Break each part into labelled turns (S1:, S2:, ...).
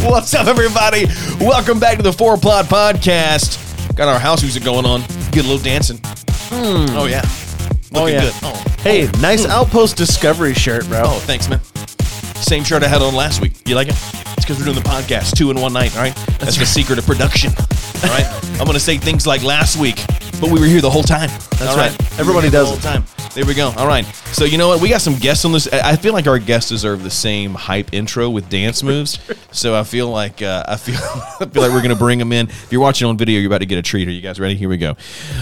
S1: What's up, everybody? Welcome back to the Four Plot Podcast. Got our house music going on. Get a little dancing. Oh yeah. Looking
S2: yeah.
S1: good. Oh.
S2: Hey, nice Outpost Discovery shirt, bro.
S1: oh, thanks, man. Same shirt I had on last week. You like it? It's because we're doing the podcast two in one night. All right. That's the secret of production. All right. I'm gonna say things like last week, but we were here the whole time.
S2: That's
S1: All
S2: right. Everybody
S1: We were here the
S2: does
S1: whole
S2: it.
S1: time. There we go. All right. So you know what? We got some guests on this. I I feel like our guests deserve the same hype intro with dance moves. So I feel like uh, I feel I feel like we're gonna bring them in. If you're watching on video, you're about to get a treat. Are you guys ready? Here we go.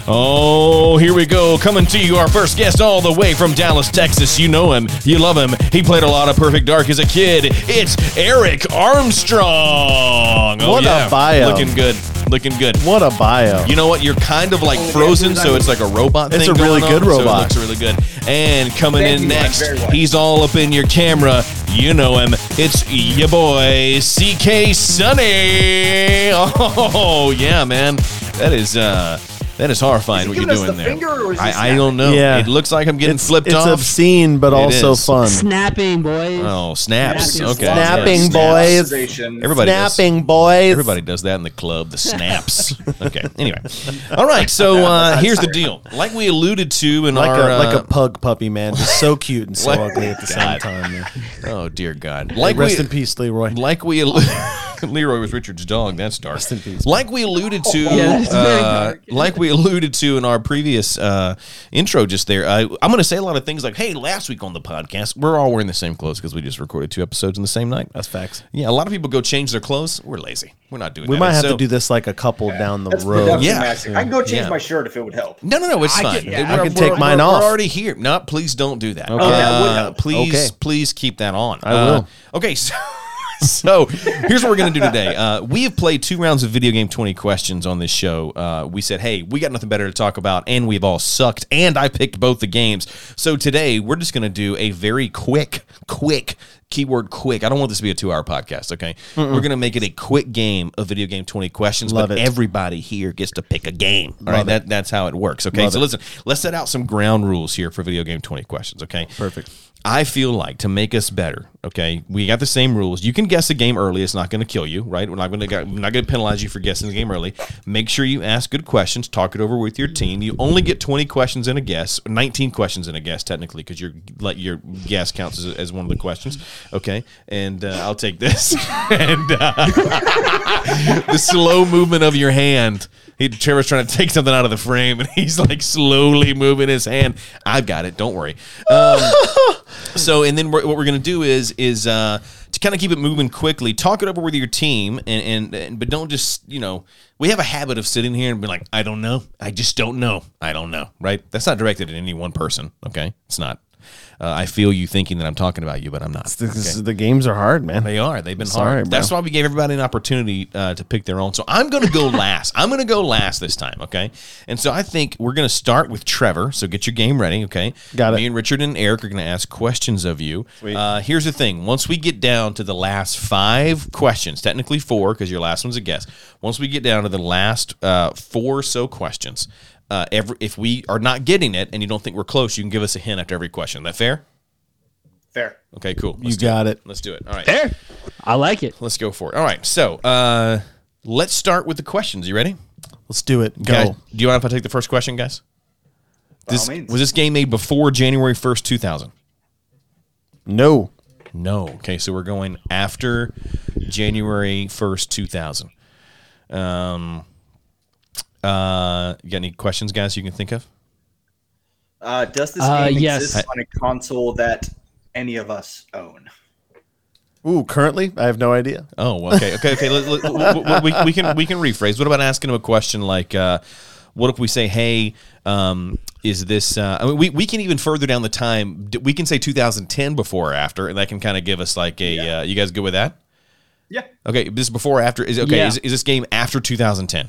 S1: Oh, here we go. Coming to you, our first guest, all the way from Dallas, Texas. You know him. You love him. He played a lot of Perfect Dark as a kid. It's Eric Armstrong. Oh,
S2: What a
S1: yeah.
S2: bio.
S1: Looking good. Looking good.
S2: What a bio.
S1: You know what? You're kind of like
S3: Oh, yeah,
S1: frozen,
S3: dude,
S1: so
S3: I'm-
S1: it's like a robot
S2: It's
S1: thing.
S2: a really
S1: going on,
S2: good robot.
S1: So it looks really good. And coming
S3: Thank
S1: in
S3: you, I'm
S1: next,
S3: very wise.
S1: he's all up in your camera. You know him. It's your boy, CK Sunny. Oh, yeah, man. That is, uh, that is horrifying
S3: Is
S1: what
S3: he
S1: you're
S3: giving
S1: doing
S3: us the
S1: there.
S3: finger or is he
S1: I, I
S3: snapping?
S1: don't know.
S2: Yeah.
S1: It looks like I'm getting
S2: it's,
S1: flipped
S2: it's
S1: off.
S2: obscene, but also
S1: is.
S2: fun.
S4: Snapping, boys.
S1: oh, snaps.
S3: Snapping.
S1: Okay.
S2: Snapping,
S1: Yeah, snaps.
S2: boy.
S1: Everybody does.
S2: Snapping, boys.
S1: Everybody does that in the club, the snaps. okay. Anyway. All right. So uh, here's the deal. Like we alluded to in
S2: Like
S1: our
S2: a, like
S1: uh,
S2: a pug puppy, man. Just so cute and so
S1: Like-
S2: ugly at the same
S1: God.
S2: time. man.
S1: Oh dear God!
S2: Hey,
S1: Like
S2: rest
S1: we,
S2: in peace, Leroy.
S1: Like we, allu- Leroy was Richard's dog. That's dark.
S2: Rest in peace.
S1: Like we alluded to,
S4: Yeah, that's very
S1: uh,
S4: dark.
S1: like we alluded to in our previous uh, intro, just there. I, I'm going to say a lot of things like, "Hey, last week on the podcast, we're all wearing the same clothes because we just recorded two episodes in the same night."
S2: That's facts.
S1: Yeah, a lot of people go change their clothes. We're lazy. We're not doing.
S2: We
S1: that.
S2: might
S1: And
S2: have
S1: so-
S2: to do this like a couple down the
S3: That's
S2: road.
S3: production
S1: Yeah.
S3: magic. I can go change
S1: Yeah.
S3: my shirt if it would help.
S1: No, no, no. It's
S4: I
S1: fine.
S4: can- yeah, I
S1: We're-
S2: can
S1: we're-
S2: take mine
S1: we're-
S2: off.
S1: We're already here. No, please don't do that.
S2: Okay.
S3: that would
S1: Uh,
S3: help.
S1: please,
S2: Okay.
S1: please keep that on. I
S2: will.
S1: okay, so. So here's what we're going to do today. Uh, we have played two rounds of video game 20 questions on this show. Uh, we said, hey, we got nothing better to talk about, and we've all sucked, and I picked both the games. So today, we're just going to do a very quick, quick, keyword quick. I don't want this to be a two hour podcast, okay? We're going to make it a quick game of video game 20 questions,
S2: Love
S1: but
S2: it.
S1: everybody here gets to pick a game. All right,
S2: Love it.
S1: that, that's how it works, okay?
S2: Love
S1: so
S2: it.
S1: listen, let's set out some ground rules here for video game 20 questions, okay?
S2: Perfect.
S1: I feel like to make us better, okay, we got the same rules. You can guess a game early. It's not going to kill you, right? We're not going to we're not going to penalize you for guessing the game early. Make sure you ask good questions. Talk it over with your team. You only get 20 questions in a guess, 19 questions in a guess technically because your let your guess counts as, as one of the questions, okay? And uh, I'll take this. and uh, the slow movement of your hand. He Trevor's trying to take something out of the frame, and he's like slowly moving his hand. I've got it. Don't worry. Um, so, and then we're, what we're gonna do is is uh, to kind of keep it moving quickly. Talk it over with your team, and, and and but don't just you know we have a habit of sitting here and being like, I don't know, I just don't know, I don't know. Right? That's not directed at any one person. Okay, it's not. Uh, I feel you thinking that I'm talking about you, but I'm not.
S2: This is- The games are hard, man.
S1: They are. They've been
S2: Sorry,
S1: hard.
S2: bro.
S1: That's why we gave everybody an opportunity uh, to pick their own. So I'm going to go last. I'm going to go last this time. Okay. And so I think we're going to start with Trevor. So get your game ready. Okay.
S2: Got it.
S1: Me and Richard and Eric are going to ask questions of you. Uh, here's the thing. Once we get down to the last five questions, technically four, because your last one's a guess. Once we get down to the last uh, four or so questions, uh, every, if we are not getting it and you don't think we're close, you can give us a hint after every question. That fair?
S3: Fair.
S1: Okay, cool.
S2: You
S1: Let's,
S2: got it.
S1: let's do it. All right.
S4: I like it.
S1: Let's go for it. All right. So uh, let's start with the questions. You ready?
S2: Let's do it. Go.
S1: Guys, do you mind if I take the first question, guys?
S3: By all
S1: This,
S3: means.
S1: was this game made before January 1st, 2000?
S2: No.
S1: No. Okay. So we're going after January 1st, 2000. Um, uh, you got any questions, guys, you can think of?
S3: Uh, does this
S4: Uh,
S3: game
S4: yes.
S3: exist on a console that any of us own?
S2: Ooh, currently, I have no idea.
S1: Oh, okay, okay, okay. let- let- we, we- we can we can rephrase. What about asking him a question like, uh, "What if we say, hey, um, is this?" Uh, I mean, we, we can even further down the time. d- We can say 2010 before or after, and that can kind of give us like a. Uh, you guys good with that?
S3: Yeah.
S1: Okay, this before or after is okay.
S4: Yeah.
S1: Is, is this game after 2010?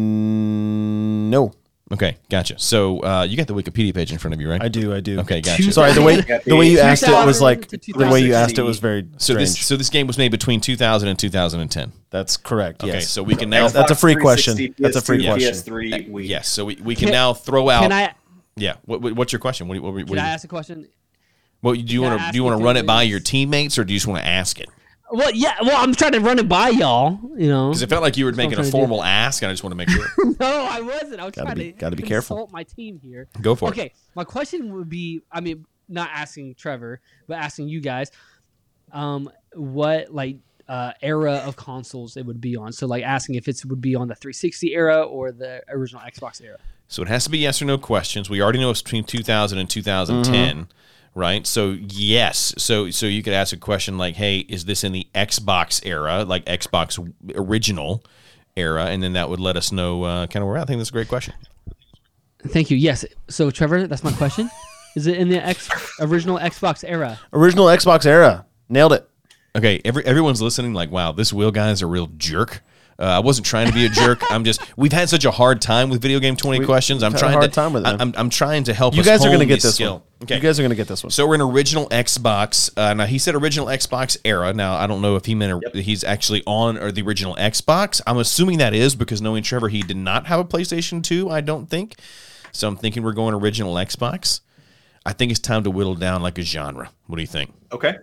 S2: Mm, no.
S1: Okay, gotcha. So uh, you got the Wikipedia page in front of you, right?
S2: I do. I do.
S1: Okay, gotcha.
S2: Sorry, the way the way you asked it was like
S4: 2000 to
S2: the way you
S3: 2016.
S2: asked it was very
S1: So
S2: strange.
S1: this so this game was made between 2000 and 2010.
S2: That's correct.
S1: Okay,
S2: yes.
S1: so we can now
S2: Xbox. that's a free question.
S3: 360,
S2: That's a free
S3: PS2,
S2: question.
S3: PS3, Wii.
S1: yes, so we, we can now throw out.
S4: Can I?
S1: yeah, what, what- what's your question? What, do you- what, do you- what
S4: Can
S1: do you-
S4: I ask a question?
S1: Well, do you
S4: Can I
S1: want to
S4: ask
S1: do you want
S4: if
S1: to
S4: it
S1: run it by
S4: is-
S1: your teammates or do you just want to ask it?
S4: Well, yeah. Well, I'm trying to run it by y'all. You know.
S1: Because it felt like you were making a
S4: trying to do.
S1: formal ask, and I just want to make sure.
S4: No, I wasn't. I was
S2: Gotta
S4: trying
S2: be-
S4: to
S2: gotta be careful.
S4: consult my team here.
S1: Go for it.
S4: Okay, my question would be, I mean, not asking Trevor, but asking you guys, um, what like uh, era of consoles it would be on. So like asking if it would be on the 360 era or the original Xbox era.
S1: So it has to be yes or no questions. We already know it's between 2000 and 2010, right? So yes. So so you could ask a question like, "Hey, is this in the Xbox era, like Xbox original era?" And then that would let us know uh, kind of where. we're at. I think that's a great question.
S4: Thank you. Yes. So Trevor, that's my question. Is it in the X original Xbox era?
S2: Original Xbox era. Nailed it.
S1: Okay, every, everyone's listening. Like, wow, this wheel guy is a real jerk. Uh, I wasn't trying to be a jerk. I'm just. We've had such a hard time with video game twenty questions. I'm
S2: had a
S1: trying
S2: hard
S1: to.
S2: time with it,
S1: I,
S2: man.
S1: am I'm trying to help.
S2: You
S1: us
S2: guys are
S1: hone
S2: gonna get
S1: this
S2: this
S1: skill.
S2: one. You guys are gonna get this one.
S1: So we're in original Xbox. Uh, now he said original Xbox era. Now I don't know if he meant a, he's actually on or the original Xbox. I'm assuming that is because knowing Trevor, he did not have a PlayStation 2. I don't think. So I'm thinking we're going original Xbox. I think it's time to whittle down like a genre. What do you think?
S3: Okay.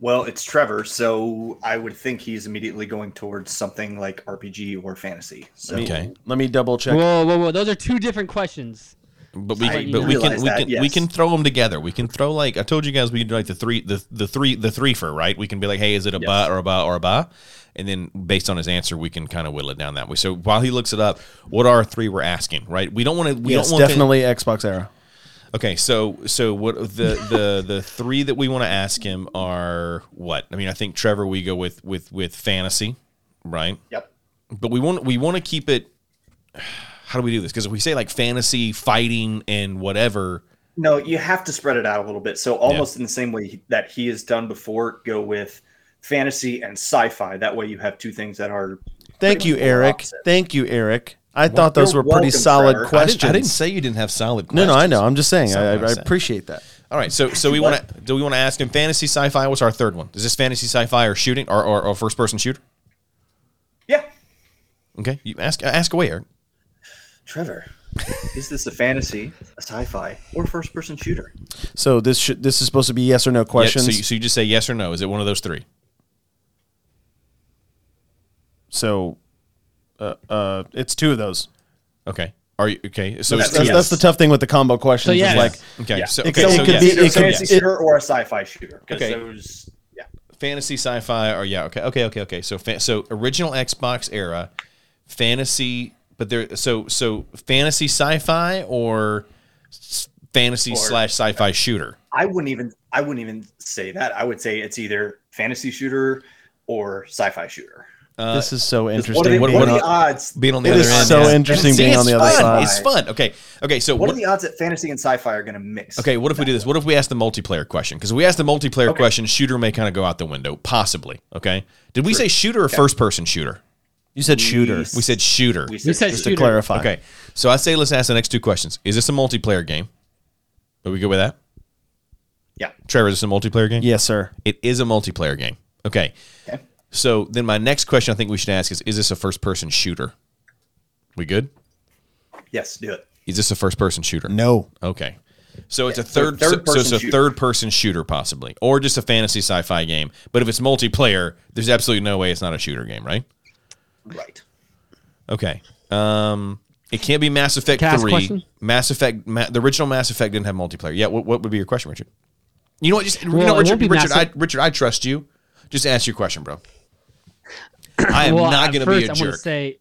S3: Well, it's Trevor, so I would think he's immediately going towards something like RPG or fantasy. So
S1: Okay,
S2: Let me double check.
S4: Whoa, whoa, whoa! Those are two different questions.
S1: but we
S3: I
S1: but we can
S3: realize
S1: we
S3: that,
S1: can
S3: yes.
S1: we can throw them together. We can throw like I told you guys we do like the three the the three the three for right. We can be like, hey, is it a ba or a ba or a ba? And then based on his answer, we can kind of whittle it down that way. So while he looks it up, what are three we're asking? Right? We don't want to. We
S2: yes,
S1: don't want
S2: definitely Xbox era.
S1: Okay, so so what the the the three that we want to ask him are what? I mean, I think Trevor we go with with with fantasy, right?
S3: Yep.
S1: But we want we want to keep it. How do we do this? Because if we say like fantasy, fighting, and whatever,
S3: No, you have to spread it out a little bit. So almost in the same way that he has done before, go with fantasy and sci-fi. That way you have two things that are
S2: Thank you,
S3: much polar
S2: Eric.
S3: opposite.
S2: Thank you, Eric. I thought those
S3: You're
S2: were pretty
S3: welcome,
S2: solid
S1: I
S3: Trevor. I didn't-
S1: didn't-
S2: questions.
S1: I didn't, say you didn't have solid
S2: no,
S1: questions.
S2: no, I know. I'm just saying. I,
S1: Solid
S2: I
S1: questions.
S2: appreciate that.
S1: All right, so so we want to do we want to ask him fantasy, sci-fi? What's our third one? Is this fantasy, sci-fi, or shooting, or or, or first-person shooter?
S3: Yeah.
S1: Okay, you ask ask away, Eric.
S3: Trevor, is this a fantasy, a sci-fi, or first-person shooter?
S2: So this should this is supposed to be yes or no
S1: Yeah,
S2: questions.
S1: so you, so you just say yes or no. Is it one of those three?
S2: so, uh, uh, it's two of those.
S1: Okay. Are you okay? So
S2: That's,
S1: it's
S3: two
S2: that's,
S1: yes.
S3: yes.
S2: the tough thing with the combo questions.
S4: So
S2: is
S4: yes.
S2: like
S1: okay. So
S2: It
S1: okay,
S2: could- it
S1: so
S2: could
S1: yes.
S2: be-
S3: either
S2: it
S3: a
S2: could-
S3: fantasy
S2: it-
S3: shooter or a sci-fi shooter. 'cause
S1: Okay.
S3: those- yeah.
S1: fantasy, sci-fi, or yeah. Okay, okay, okay, okay. So fa- so original Xbox era, fantasy, but there. So so fantasy sci-fi or s- fantasy
S3: Or-
S1: slash sci-fi shooter.
S3: I wouldn't even I wouldn't even say that. I would say it's either fantasy shooter or sci-fi shooter.
S1: Uh,
S2: this is so
S3: Because What are,
S2: interesting.
S3: the,
S1: What-
S3: what,
S1: what
S3: are
S1: are-
S3: the odds?
S1: being on the
S2: It
S1: other
S2: is
S1: end.
S2: so
S1: yes.
S2: interesting
S1: See,
S2: being
S1: it's
S2: on the other
S1: fun.
S2: side.
S1: It's fun. Okay. Okay. So
S3: What
S1: what,
S3: are the odds that fantasy and sci-fi are going to mix?
S1: okay, what if we do this? What if we ask the multiplayer question? Because we ask the multiplayer
S3: Okay.
S1: question, shooter may kind of go out the window, possibly. Okay. Did we say shooter or first person shooter?
S2: you said shooter.
S1: We said shooter.
S4: You said
S2: to
S4: shooter.
S2: clarify.
S1: Okay. So I say let's ask the next two questions. Is this a multiplayer game? Are we good with that?
S3: Yeah.
S1: Trevor, is this a multiplayer game?
S2: Yes, sir.
S1: It is a multiplayer game. Okay.
S3: Okay.
S1: So then my next question I think we should ask is is this a first person shooter? We good?
S3: Yes, do it.
S1: Is this a first person shooter?
S2: No.
S1: Okay. So it's a
S3: so
S1: third, so- so,
S3: third-person
S1: it's a
S3: shooter.
S1: third person shooter possibly, or just a fantasy sci-fi game. But if it's multiplayer, there's absolutely no way it's not a shooter game, right?
S3: Right.
S1: Okay. Um, it can't be Mass Effect
S4: Can I ask a
S1: three.
S4: question?
S1: Mass Effect. Ma- the original Mass Effect didn't have multiplayer. Yeah. What, what would be your question, Richard? You know what? Just you
S4: Well,
S1: know,
S4: it
S1: Richard.
S4: won't be
S1: Richard,
S4: Mass-
S1: I, Richard, I trust you. Just ask your question, bro. I am
S4: well,
S1: not
S4: at
S1: going to
S4: first
S1: be a
S4: I
S1: jerk.
S4: to say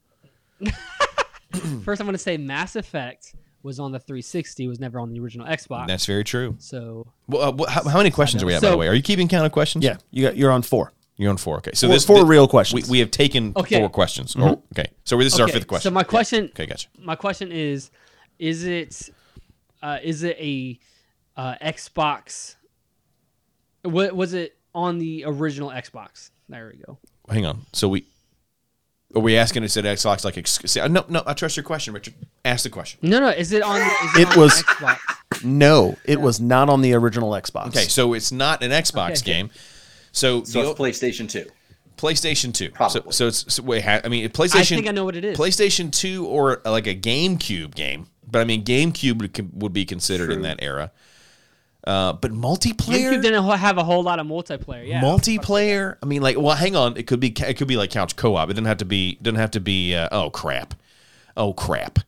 S4: first, I want to say Mass Effect was on the 360, was never on the original Xbox.
S1: That's very true.
S4: so
S1: Well, uh, wh- how, how many questions are we at? by
S4: So-
S1: the way, are you keeping count of questions?
S2: Yeah, you got you're on four.
S1: You're on four. Okay. So
S2: Four-
S1: this
S2: four
S1: thi-
S2: real questions.
S1: We, we have taken
S4: Okay.
S1: four questions. Oh, okay. So this is our
S4: Okay,
S1: fifth question.
S4: So my question,
S1: Okay, gotcha.
S4: my question is, is it, uh, is it a uh, Xbox? What was it on the original Xbox? There we go.
S1: Hang on. So we are we asking? Is it Xbox like? Ex- say- no, no. I trust your question, Richard. Ask the question.
S4: No, no. Is it on? Is it,
S2: It
S4: on the
S2: was-
S4: Xbox?
S2: No, it was not on the original Xbox.
S1: Okay, so it's not an Xbox
S4: Okay.
S1: game. So,
S3: So
S1: the
S3: it's PlayStation 2.
S1: PlayStation Two. So,
S3: Probably.
S1: so it's so wait. ha- I mean, PlayStation.
S4: I think I know what it is.
S1: PlayStation Two or uh, like a GameCube game, but I mean, GameCube would, con- would be considered in that era. Uh, but multiplayer,
S4: GameCube didn't ho- have a whole lot of multiplayer. Yeah,
S1: multiplayer. I mean, like, well, hang on. It could be it could be like couch co-op. It doesn't have to be. Doesn't have to be. Uh, oh crap. Oh crap.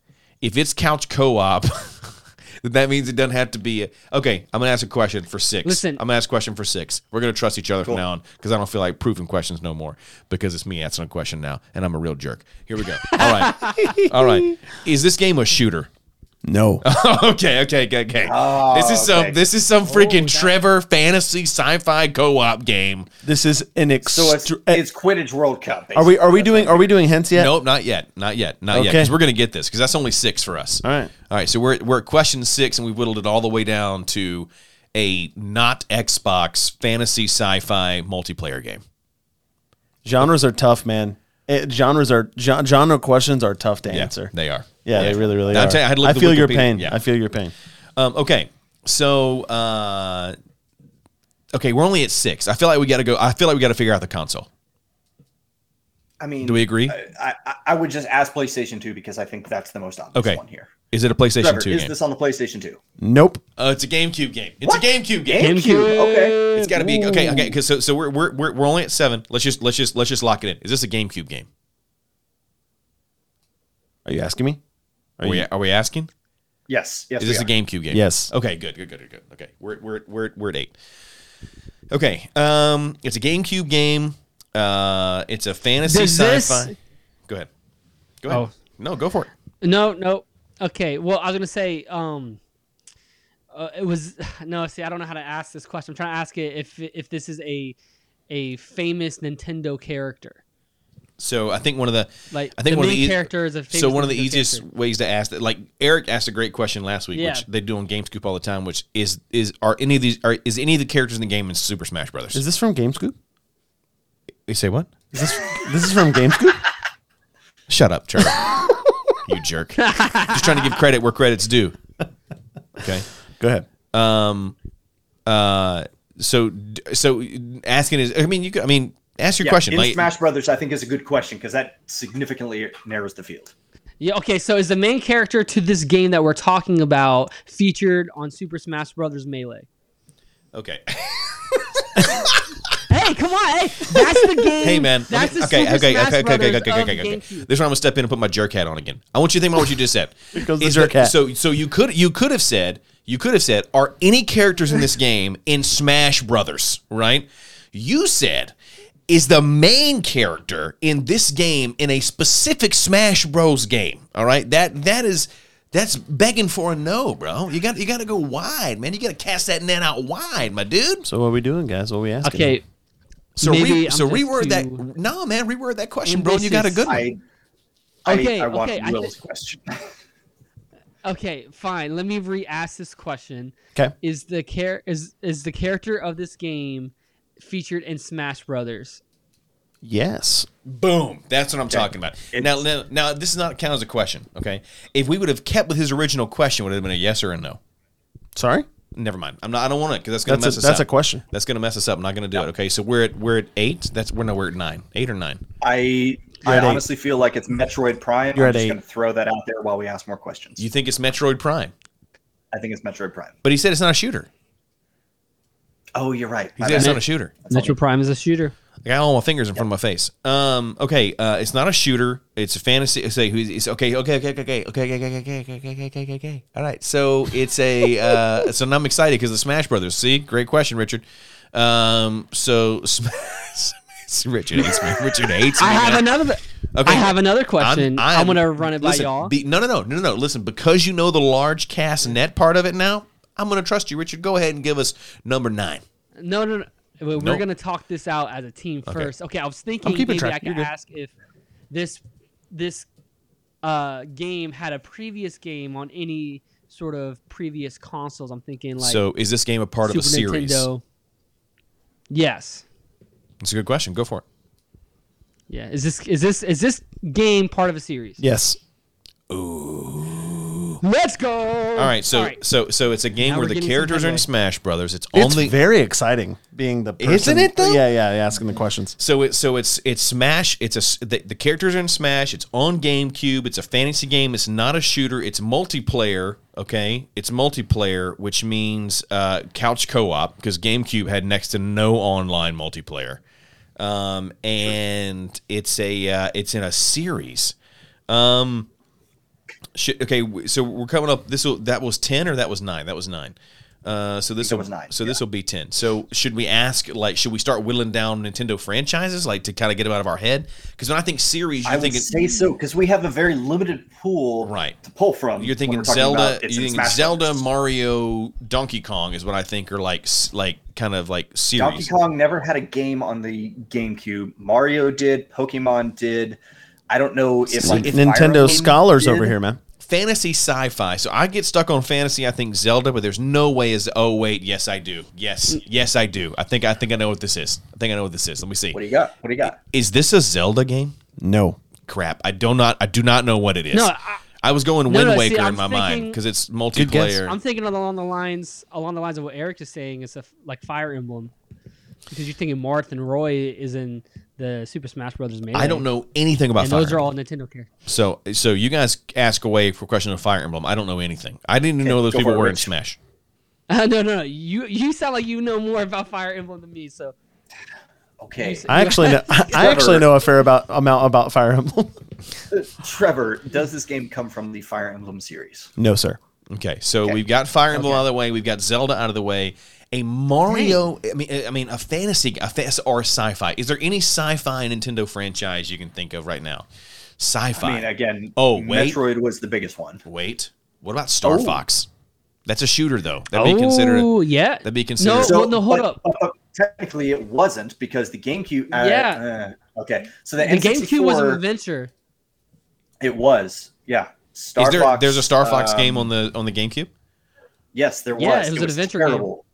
S1: If it's couch co-op, then that means it doesn't have to be. okay, I'm gonna ask a question for six.
S4: Listen.
S1: I'm gonna ask a question for six. We're gonna trust each other from now on because I don't feel like proving questions no more because it's me answering a question now and I'm a real jerk. Here we go. All right. All right. Is this game a shooter?
S5: No.
S1: okay, okay, okay, okay.
S3: Oh,
S1: this is some
S3: okay.
S1: this is some
S4: Oh,
S1: freaking Trevor fantasy sci-fi co-op game.
S2: This is an
S3: So it's,
S1: eh,
S2: extra.
S3: it's Quidditch World Cup.
S2: are we are we doing are we doing hints yet?
S1: Nope, not yet, not yet, not yet.
S2: Okay.
S1: Because we're gonna get this because that's only six for us.
S2: All right.
S1: all right. So we're we're at question six and we whittled it all the way down to a not Xbox fantasy sci-fi multiplayer game.
S2: Genres are tough, man. Eh, genres are gen- genre questions are tough to
S1: Yeah,
S2: answer.
S1: they are.
S2: Yeah, they really really
S1: I'll
S2: are.
S1: tell you, I had to look
S2: I
S1: at the
S2: feel your
S1: Wikipedia.
S2: pain.
S1: Yeah.
S2: I feel your pain.
S1: Um, okay, so uh, okay, we're only at six. I feel like we got to go. I feel like we got to figure out the console.
S3: I mean,
S1: Do we agree?
S3: I, I, I would just ask PlayStation 2 because I think that's the most obvious
S1: Okay.
S3: one here.
S1: Is it a PlayStation
S3: Trevor,
S1: Two
S3: is
S1: game?
S3: this on the PlayStation 2?
S2: Nope.
S1: Uh, it's a GameCube game. It's
S3: What?
S1: a GameCube game.
S3: GameCube. Okay.
S1: It's got to be okay. Okay, 'cause so so we're, we're we're we're only at seven. Let's just let's just let's just lock it in. Is this a GameCube game?
S2: Are you asking me?
S1: Are, we are we asking?
S3: Yes. Yes.
S1: Is
S3: we
S1: this
S3: are.
S1: a GameCube game?
S2: Yes.
S1: Okay. Good. Good. Good. Good. good. Okay. We're at- we're at- we're at- we're at eight. Okay. Um, it's a GameCube game. Uh, it's a fantasy
S4: Does
S1: sci-fi.
S4: this-
S1: Go ahead. Go ahead.
S4: Oh.
S1: No, go for it.
S4: No, no. Okay. Well, I was gonna say, um, uh, it was no. See, I don't know how to ask this question. I'm trying to ask it if if this is a a famous Nintendo character.
S1: So I think one of the
S4: Like
S1: I think
S4: the
S1: one of
S4: main
S1: the ea-
S4: character is a famous
S1: so one of the
S4: Nintendo
S1: easiest
S4: character.
S1: ways to ask that, like Eric asked a great question last week,
S4: Yeah.
S1: which they do on GameScoop all the time, which is is are any of these are is any of the characters in the game in Super Smash Brothers?
S2: Is this from GameScoop?
S1: you say what?
S2: Is this this is from GameScoop?
S1: Shut up, Trevor. you jerk. Just trying to give credit where credit's due. Okay.
S2: Go ahead.
S1: Uh, so so asking is I mean you could, I mean ask your
S3: Yeah,
S1: question
S3: In
S1: like
S3: Smash Brothers, I think is a good question because that significantly narrows the field.
S4: Yeah. Okay. So is the main character to this game that we're talking about featured on Super Smash Brothers Melee?
S1: okay
S4: Hey, come on! Hey, that's the game.
S1: hey man let
S4: that's
S1: me-
S4: the
S1: okay
S4: Super
S1: okay
S4: Smash
S1: okay okay okay okay
S4: Brothers
S1: okay
S4: of
S1: okay, okay.
S4: GameCube.
S1: This is where I'm gonna step in and put my jerk hat on again. I want you to think about what you just said.
S2: goes the
S1: Is
S2: jerk
S1: there-
S2: hat.
S1: So so you could you could have said you could have said are any characters in this game in Smash Brothers right? You said is the main character in this game in a specific Smash Bros game? All right that that is. That's begging for a no, bro. You got you got to go wide, man. You got to cast that net out wide, my dude.
S2: So what are we doing, guys? What are we asking?
S4: Okay.
S1: So
S4: Maybe
S1: re,
S4: I'm
S1: so
S4: just
S1: reword that.
S4: too-
S1: No, man, reword that question, bro. and You got a
S4: Ambitious.
S1: good one.
S2: Hmm.
S3: I. I,
S4: Okay,
S3: I want
S4: okay, I
S3: Will's
S4: thi-
S3: question.
S4: Okay. Fine. Let me re-ask this question.
S2: Okay.
S4: is the char- is is the character of this game featured in Smash Brothers?
S2: Yes.
S1: Boom. That's what I'm talking about.
S3: It's-
S1: Now, now, now, this is not count as a question. Okay. If we would have kept with his original question, would it have been a yes or a no.
S2: Sorry.
S1: Never mind. I'm not. I don't want it because that's gonna
S2: That's
S1: mess
S2: a,
S1: us
S2: that's
S1: up.
S2: a question.
S1: That's gonna mess us up. I'm not gonna do it. Okay. So we're at we're at eight. That's we're no we're at nine. Eight or nine.
S3: I. I
S2: at eight.
S3: honestly feel like it's Metroid Prime.
S2: You're
S3: I'm
S2: at
S3: just
S2: eight.
S3: going to throw that out there while we ask more questions.
S1: You think it's Metroid Prime?
S3: I think it's Metroid Prime.
S1: But he said it's not a shooter.
S3: Oh, you're right.
S1: He
S3: My
S1: said it's
S3: bad.
S1: not a shooter.
S4: Metro Prime is a shooter.
S1: I got all my fingers in front of my face. Um, okay, uh, it's not a shooter. It's a fantasy. It's, a, it's okay, okay, okay, okay, okay, okay, okay, okay, okay, okay, okay, okay, okay, okay, okay. All right, so it's a. Uh, so now I'm excited because the Smash Brothers. See, great question, Richard. Um, so Smash. Richard hates me. Richard hates me.
S4: I have
S1: man.
S4: another.
S1: Okay.
S4: I have another question.
S1: I'm-
S4: I'm,
S1: I'm-
S4: gonna run it by
S1: listen,
S4: y'all.
S1: Be, no, no, no, no, no, no. Listen, because you know the large cast net part of it now, I'm gonna trust you, Richard. Go ahead and give us number nine.
S4: no, no, no. We're we're
S1: Nope.
S4: gonna talk this out as a team first. Okay, I was thinking
S2: keeping
S4: maybe
S2: track.
S4: I could
S2: You're good.
S4: ask if this this uh, game had a previous game on any sort of previous consoles. I'm thinking like
S1: so is this game a part
S4: Super
S1: of a series?
S4: Nintendo. Yes.
S1: That's a good question. Go for it.
S4: Yeah. Is this is this is this game part of a series?
S2: Yes.
S4: Let's go. All
S1: All right, so
S4: right.
S1: so so it's a game
S4: Now
S1: where
S4: we're
S1: the
S4: getting some
S1: characters are in
S4: headway.
S1: Smash Brothers. It's on
S2: It's
S1: the
S2: very exciting being the person.
S1: Isn't it, though?
S2: Yeah, yeah, yeah, asking the questions.
S1: So it so it's it's Smash. It's a s- the, the characters are in Smash. It's on GameCube. It's a fantasy game. It's not a shooter. It's multiplayer. Okay, it's multiplayer, which means uh, couch co-op because GameCube had next to no online multiplayer. Um, and it's a uh, it's in a series. Um, shit, okay, w- so we're coming up. This will that was ten or that was nine. That was nine. Uh, so this
S3: That
S1: will-
S3: was nine,
S1: So this will be ten. So should we ask like should we start whittling down Nintendo franchises like to kind of get them out of our head? Because when I think series,
S3: I
S1: you're
S3: would
S1: thinking
S3: say so because we have a very limited pool
S1: Right.
S3: to pull from.
S1: you're
S3: when
S1: thinking
S3: we're talking
S1: Zelda,
S3: about it's
S1: you're
S3: in
S1: thinking
S3: Smash
S1: Zelda,
S3: Brothers.
S1: Mario, Donkey Kong is what I think are like s- like kind of like series.
S3: Donkey Kong never had a game on the GameCube. Mario did. Pokemon did. I don't know if like Fire
S2: Nintendo
S3: Emblem
S2: scholars
S3: did.
S2: over here, man.
S1: fantasy sci-fi. So I get stuck on fantasy. I think Zelda, but there's no way is. Oh wait, yes I do. Yes,
S4: Mm.
S1: yes I do. I think I think I know what this is. I think I know what this is. Let me see.
S3: What do you got? What do you got?
S1: Is this a Zelda game?
S2: No.
S1: Crap. I do not. I do not know what it is.
S4: No, I-
S1: I was going
S4: No,
S1: Wind
S4: no, see,
S1: Waker in
S4: I'm
S1: my mind
S4: thinking-
S1: because it's
S2: guess.
S1: multiplayer.
S4: I'm thinking along the lines along the lines of what Eric is saying. It's a, f- like Fire Emblem, because you're thinking Marth and Roy is in the Super Smash Brothers. Melee.
S1: I don't know anything about
S4: And
S1: Fire.
S4: those are
S1: Emblem.
S4: all Nintendo characters.
S1: so so you guys ask away for question of Fire Emblem. I don't know anything. I didn't even know those
S3: go
S1: people
S3: for it,
S1: were in
S3: Rich.
S1: Smash.
S4: Uh, no, no, no. You you sound like you know more about Fire Emblem than me. So
S3: Okay,
S2: I actually know. I, I actually know a fair about amount about Fire Emblem.
S3: Uh, Trevor, does this game come from the Fire Emblem series?
S2: no, sir.
S1: Okay, so we've got Fire Emblem out of the way. We've got Zelda out of the way. A Mario, I mean, I mean, a fantasy a fa- or sci-fi. Is there any sci-fi Nintendo franchise you can think of right now? Sci-fi.
S3: I mean, again,
S1: Oh, wait.
S3: Metroid was the biggest one.
S1: Wait, what about Star
S3: Oh.
S1: Fox? That's a shooter though. That'd be considered.
S4: Oh yeah.
S1: That'd be considered.
S4: No, well, no, hold
S3: but-
S4: up.
S3: but- but technically, it wasn't because the GameCube. Uh,
S4: Yeah.
S3: uh, okay, so the,
S4: The GameCube was an
S3: N64
S4: adventure.
S3: It was, yeah. Star
S1: Is there,
S3: Fox.
S1: there's a Star Fox
S3: um,
S1: game on the on the GameCube.
S3: Yes, there
S4: Yeah,
S3: was.
S4: it was an adventure game.
S3: terrible.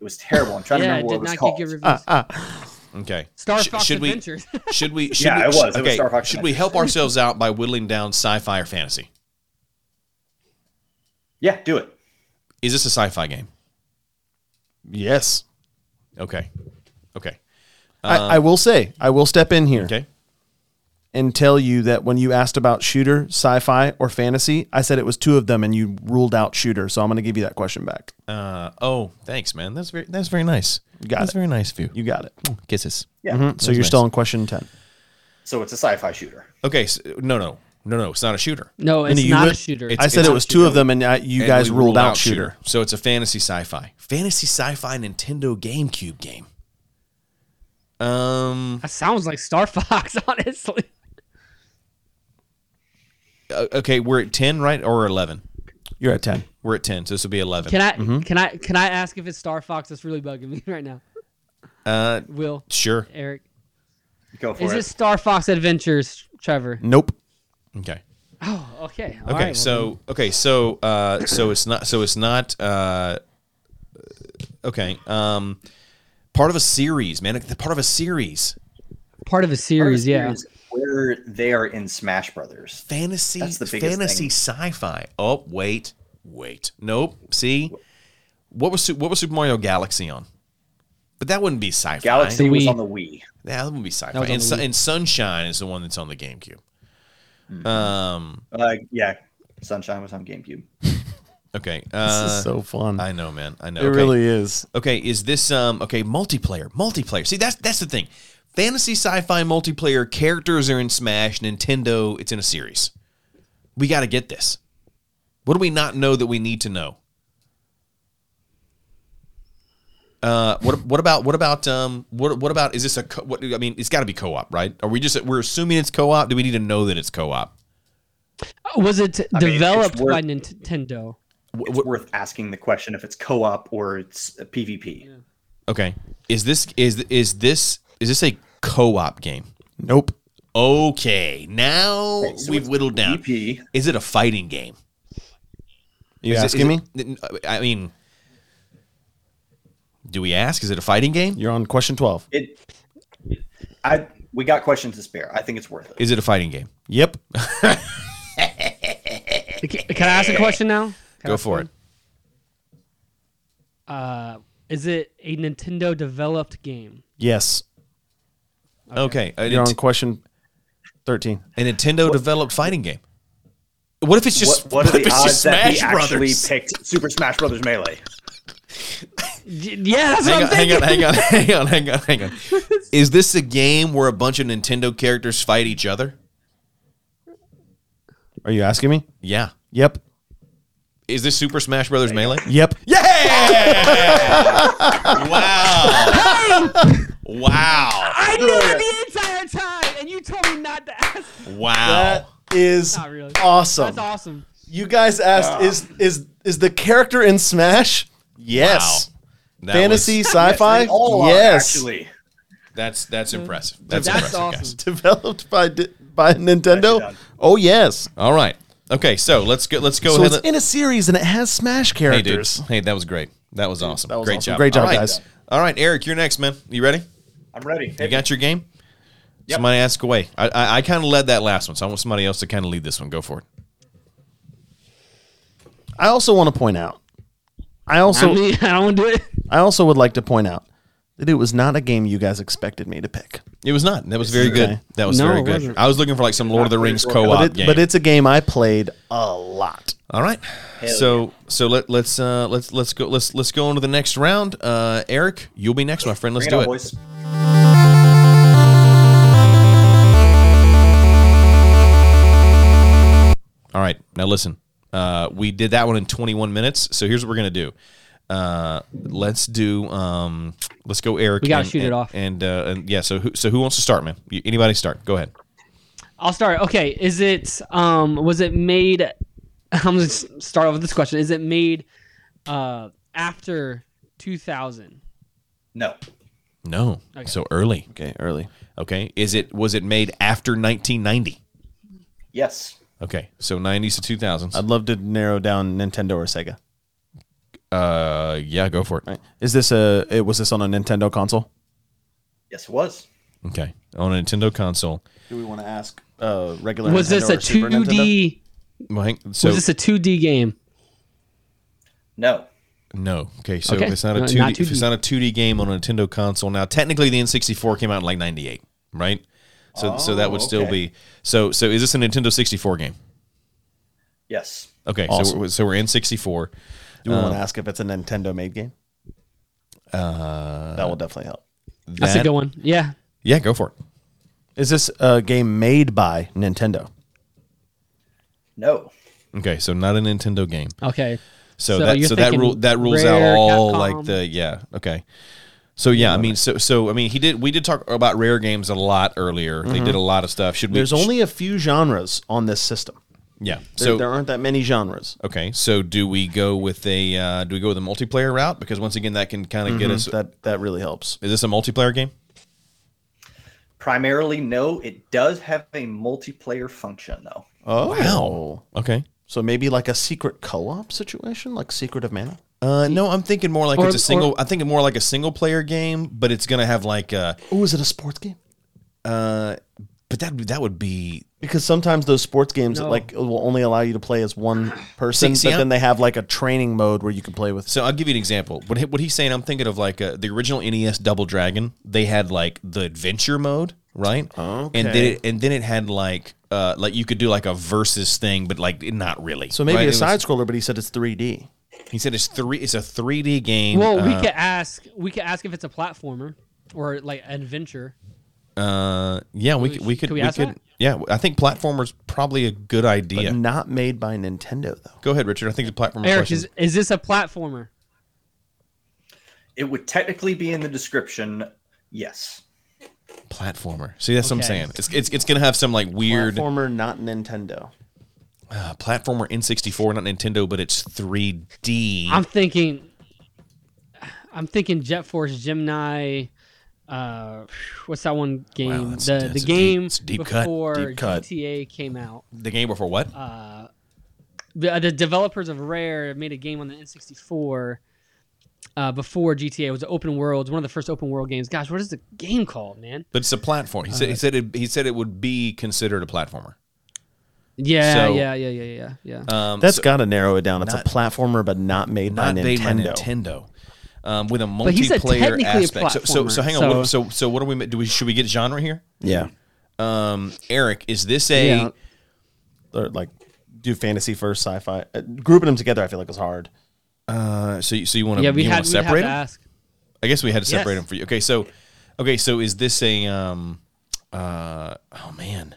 S3: It was terrible. I'm trying to
S4: Yeah, it
S3: remember what it
S4: did
S3: was
S4: not
S3: called.
S4: get good reviews.
S2: Ah, ah.
S1: Okay.
S4: Star
S1: Sh-
S4: Fox
S1: should we-
S4: Adventures.
S1: Should we? Should
S3: Yeah,
S1: we,
S3: it was.
S1: sh-
S3: It was
S1: Okay.
S3: Star Fox
S1: should we
S3: Adventures.
S1: help ourselves out by whittling down sci-fi or fantasy?
S3: yeah, do it.
S1: Is this a sci-fi game?
S2: yes.
S1: Okay. Okay.
S2: I, I will say. I will step in here
S1: Okay.
S2: and tell you that when you asked about shooter, sci-fi, or fantasy, I said it was two of them, and you ruled out shooter. So I'm going to give you that question back.
S1: Uh, oh, thanks, man. That's very that's very nice.
S2: got
S1: that's
S2: it.
S1: very nice of you.
S2: You got it.
S1: Kisses.
S3: Yeah.
S2: Mhm. So you're still on question ten.
S3: So it's a sci-fi shooter.
S1: Okay. So, no, no, no, no. It's not a shooter.
S4: No, it's
S2: you
S4: not a
S2: went-
S4: shooter.
S1: it's-
S2: I said
S1: not
S2: it was two of them, and I, you
S1: And
S2: guys
S1: we
S2: ruled, out, shooter.
S1: So it's a fantasy sci-fi, fantasy sci-fi Nintendo GameCube game. Um.
S4: that sounds like Star Fox, honestly.
S1: uh, Okay, we're at ten, right, or eleven?
S2: You're at ten.
S1: We're at ten, so this will be eleven.
S4: Can I can I can I ask if it's Star Fox that's really bugging me right now?
S1: uh,
S4: Will,
S1: sure.
S4: Eric.
S3: Go for
S4: Is
S3: it.
S4: it Star Fox Adventures, Trevor?
S2: Nope.
S1: Okay.
S4: Oh, okay. all
S1: Mm. Okay,
S4: right, well
S1: so okay, so uh, so it's not so it's not uh, okay. Um, part of a series, man. The part of a series,
S4: then. part of a
S3: Part of the
S4: series, yeah.
S3: series Where they are in Smash Brothers.
S1: fantasy,
S3: That's the biggest
S1: fantasy
S3: thing.
S1: sci-fi. Oh wait, wait, nope. See, what was Su- what was Super Mario Galaxy on? But that wouldn't be sci-fi.
S3: Galaxy
S4: The
S3: was
S4: Wii.
S3: on the Wii.
S1: yeah, that wouldn't be sci-fi.
S4: was on
S1: And,
S4: the
S1: Sun-
S4: Wii.
S1: and Sunshine is the one that's on the GameCube. Um.
S3: Uh, yeah, Sunshine was on GameCube.
S1: Okay.
S2: This
S1: Uh,
S2: is so fun.
S1: I know, man. I know.
S2: it
S1: okay.
S2: really is.
S1: Okay, is this um okay multiplayer? Multiplayer. See, that's that's the thing. Fantasy sci-fi multiplayer characters are in Smash. Nintendo, it's in a series. We got to get this. What do we not know that we need to know? Uh, what what about what about um what what about is this a co- what I mean it's got to be co-op right? Are we just we're assuming it's co-op? Do we need to know that it's co-op?
S4: Oh, Was it
S3: mean, it's
S4: developed
S3: worth-
S4: by Nintendo?
S1: Wh-
S3: It's
S1: wh-
S3: worth asking the question if it's co-op or it's a PvP.
S1: okay, is this is is this is this a co-op game?
S2: Nope.
S1: Okay, now
S3: so
S1: we've
S3: it's
S1: whittled down.
S3: PvP.
S1: Is it a fighting game?
S2: You
S1: Is it- is
S2: asking me?
S1: it- I mean, do we ask? Is it a fighting game?
S2: You're on question twelve.
S3: It. I we got questions to spare. I think it's worth it.
S1: Is it a fighting game?
S2: Yep.
S4: Can, Can I ask a question now? Can I
S1: Go
S4: ask
S1: for
S4: one?
S1: it.
S4: Uh, is it a Nintendo developed game?
S2: Yes.
S1: Okay. A,
S2: You're on
S1: Nint-
S2: question 13.
S1: a Nintendo developed fighting game. What if it's just
S3: what, what are the
S1: if it's
S3: odds
S1: just
S3: that
S1: Smash
S3: he actually
S1: Brothers?
S3: picked Super Smash Brothers Melee?
S4: Y- Yeah, that's
S1: Hang on,
S4: what I'm
S1: hang
S4: thinking.
S1: on, hang on, hang on, hang on, hang on. Is this a game where a bunch of Nintendo characters fight each other?
S2: Are you asking me?
S1: Yeah.
S2: Yep.
S1: Is this Super Smash Brothers Melee?
S2: Yep.
S1: Wow. wow.
S4: I knew it the entire time, and you told me not to ask.
S1: Wow.
S2: That is
S4: Not really.
S2: awesome.
S4: That's awesome.
S2: You guys asked is is is the character in Smash? Yes.
S1: Wow. That
S2: Fantasy,
S1: was-
S2: sci-fi?
S3: They all are,
S2: yes.
S3: actually.
S1: that's that's impressive. That's,
S4: That's
S1: impressive,
S4: awesome.
S1: guys.
S2: Developed by Di- by Nintendo?
S3: done.
S2: Oh yes.
S1: All right. Okay, so let's go let's go
S2: So
S1: ahead.
S2: it's in a series and it has Smash
S1: hey dude.
S2: characters.
S1: Hey, that was great. That was awesome.
S2: That was
S1: great
S2: awesome.
S1: job.
S2: Great job,
S1: All right.
S2: guys.
S1: All right, Eric, you're next, man. You ready?
S3: I'm ready.
S1: You got your game?
S3: Yep.
S1: Somebody ask away. I I, I kind of led that last one, so I want somebody else to kind of lead this one. Go for it.
S2: I also want to point out. I
S4: So, I
S2: also
S4: mean, I don't do it.
S2: I also would like to point out that it was not a game you guys expected me to pick.
S1: It was not. That was very
S2: Okay.
S1: good. That was
S4: No,
S1: very
S4: it
S1: good.
S4: wasn't.
S1: I was looking for like some Lord of the Rings
S3: But
S1: co-op
S2: But, it,
S1: game.
S2: but it's a game I played a lot.
S1: All right. so so let let's uh let's let's go let's let's go on to the next round. Uh Eric, you'll be next, my friend. Let's
S3: Bring it
S1: do
S3: on,
S1: it.
S3: boys.
S1: All right. Now listen. Uh we did that one in 21 minutes. So here's what we're going to do. Uh let's do um let's go Eric.
S4: We gotta
S1: and-
S4: shoot it
S1: and-
S4: off.
S1: And uh and yeah, so who so who wants to start, man? You, anybody start. Go ahead.
S4: I'll start. Okay, is it um was it made I'm going to start off with this question. Is it made uh after 2000?
S3: No.
S1: No.
S4: Okay.
S1: So early.
S2: Okay, early.
S1: Okay. Is it was it made after 1990?
S3: Yes.
S1: Okay. So 90s to 2000s.
S3: Uh,
S2: I'd love to narrow down Nintendo or Sega.
S1: Uh, yeah, go for it.
S2: Is this a? It was this on a Nintendo console?
S3: Yes, it was.
S1: Okay, on a Nintendo console.
S2: Do we want to ask uh, regular?
S4: Was this a 2D
S1: Well, hang- So
S4: Was this a 2D game?
S3: No.
S1: no, okay. So
S4: Okay.
S1: if it's not a
S4: No,
S1: two,
S4: not
S1: D, if it's
S4: 2D.
S1: not a two D game on a Nintendo console, now technically the N sixty four came out in like ninety eight, right? So so that would
S3: Oh,
S1: still
S3: okay.
S1: be so so. Is this a Nintendo sixty four game?
S3: Yes.
S1: Okay, so
S2: Awesome.
S1: we're, so we're in sixty four.
S2: Do we want to ask if it's a Nintendo made game? Uh, that will definitely help.
S4: That's a good one. Yeah.
S1: Yeah, go for it.
S2: Is this a game made by Nintendo?
S3: No.
S1: Okay, so not a Nintendo game.
S4: Okay.
S1: So,
S4: So
S1: that
S4: you're
S1: so that
S4: thinking
S1: rule that rules out
S4: Rare,
S1: all
S4: Capcom.
S1: like the yeah okay. So yeah, I mean so so I mean he did we did talk about rare games a lot earlier. They did a lot of stuff. Should we?
S2: Mm-hmm. There's only a few genres on this system.
S1: yeah.
S2: There,
S1: So
S2: there aren't that many genres.
S1: Okay, so do we go with a uh, do we go with a multiplayer route? Because once again, that can kind of get us.
S2: That that really helps.
S1: Is this a multiplayer game?
S3: Primarily, no. It does have a multiplayer function, though.
S2: Oh,
S1: Okay.
S2: So maybe like a secret co-op situation, like Secret of Mana.
S1: Uh, no, I'm thinking more like
S4: Or-
S1: it's a single. I'm thinking more like a single player game, but it's gonna have like. Uh,
S2: Oh, is it a sports game?
S1: uh, but that that would be.
S2: Because sometimes those sports games
S4: No.
S2: like will only allow you to play as one
S1: See-
S2: person,
S1: see,
S2: but
S1: I'm-
S2: then they have like a training mode where you can play with.
S1: So I'll give you an example. What he, what he's saying, I'm thinking of like uh, the original NES Double Dragon. They had like the adventure mode, right?
S2: Okay.
S1: And then it, and then it had like uh like you could do like a versus thing, but like not really.
S2: So maybe
S1: right? It
S2: a
S1: was-
S2: side scroller, but he said it's 3D.
S1: He said it's three. It's a 3D game.
S4: Well, we
S1: uh,
S4: could ask we could ask if it's a platformer or like an adventure.
S1: Uh, yeah, we could, we could,
S4: Could
S1: we,
S4: we ask
S1: could,
S4: that?
S1: yeah, I think platformer's probably a good idea.
S2: Not made by Nintendo though.
S1: Go ahead, Richard. I think the platformer
S4: Eric,
S1: question.
S4: is, is this a platformer?
S3: It would technically be in the description. Yes.
S1: platformer. See, that's what I'm
S4: Okay.
S1: saying. It's, it's, it's gonna have some like weird platformer,
S2: Platformer, not Nintendo.
S1: uh, platformer N64, not Nintendo, but it's 3D.
S4: I'm thinking I'm thinking Jet Force Gemini uh what's that one game?
S1: that's-
S4: the
S1: that's a
S4: the
S1: deep-
S4: game
S1: it's a deep cut,
S4: before
S1: deep cut.
S4: GTA came out.
S1: the game before what?
S4: Uh, The, the developers of Rare made a game on the N64 uh, before GTA. It was an open world, one of the first open world games. Gosh, what is the game called, man? uh,
S1: but it's a platform. He said he said it, he said it would be considered a platformer.
S4: Yeah,
S1: So-
S4: yeah, yeah, yeah, yeah, yeah.
S1: Um,
S2: That's got to narrow it down. It's
S1: Not-
S2: a platformer, but not made
S1: not
S2: by
S1: made by
S2: Nintendo.
S1: Nintendo. Um, with a
S4: he said
S1: multiplayer
S4: technically a
S1: aspect. So, so, so
S4: platformer,
S1: hang on. what-
S4: so-
S1: So, so, what are we? Do we? Should we get genre here?
S2: Yeah,
S1: Um, Eric, is this a?
S4: Yeah.
S2: or like do fantasy first, sci-fi. Uh, grouping them together, I feel like is hard.
S1: Uh, so, you- so you want to?
S4: yeah, we
S1: you
S4: had
S1: want
S4: we
S1: to
S4: separate
S1: separate
S4: to
S1: them?
S4: ask.
S1: I guess we had to separate
S4: Yes.
S1: them for you. Okay, so okay, so is this a um uh oh man.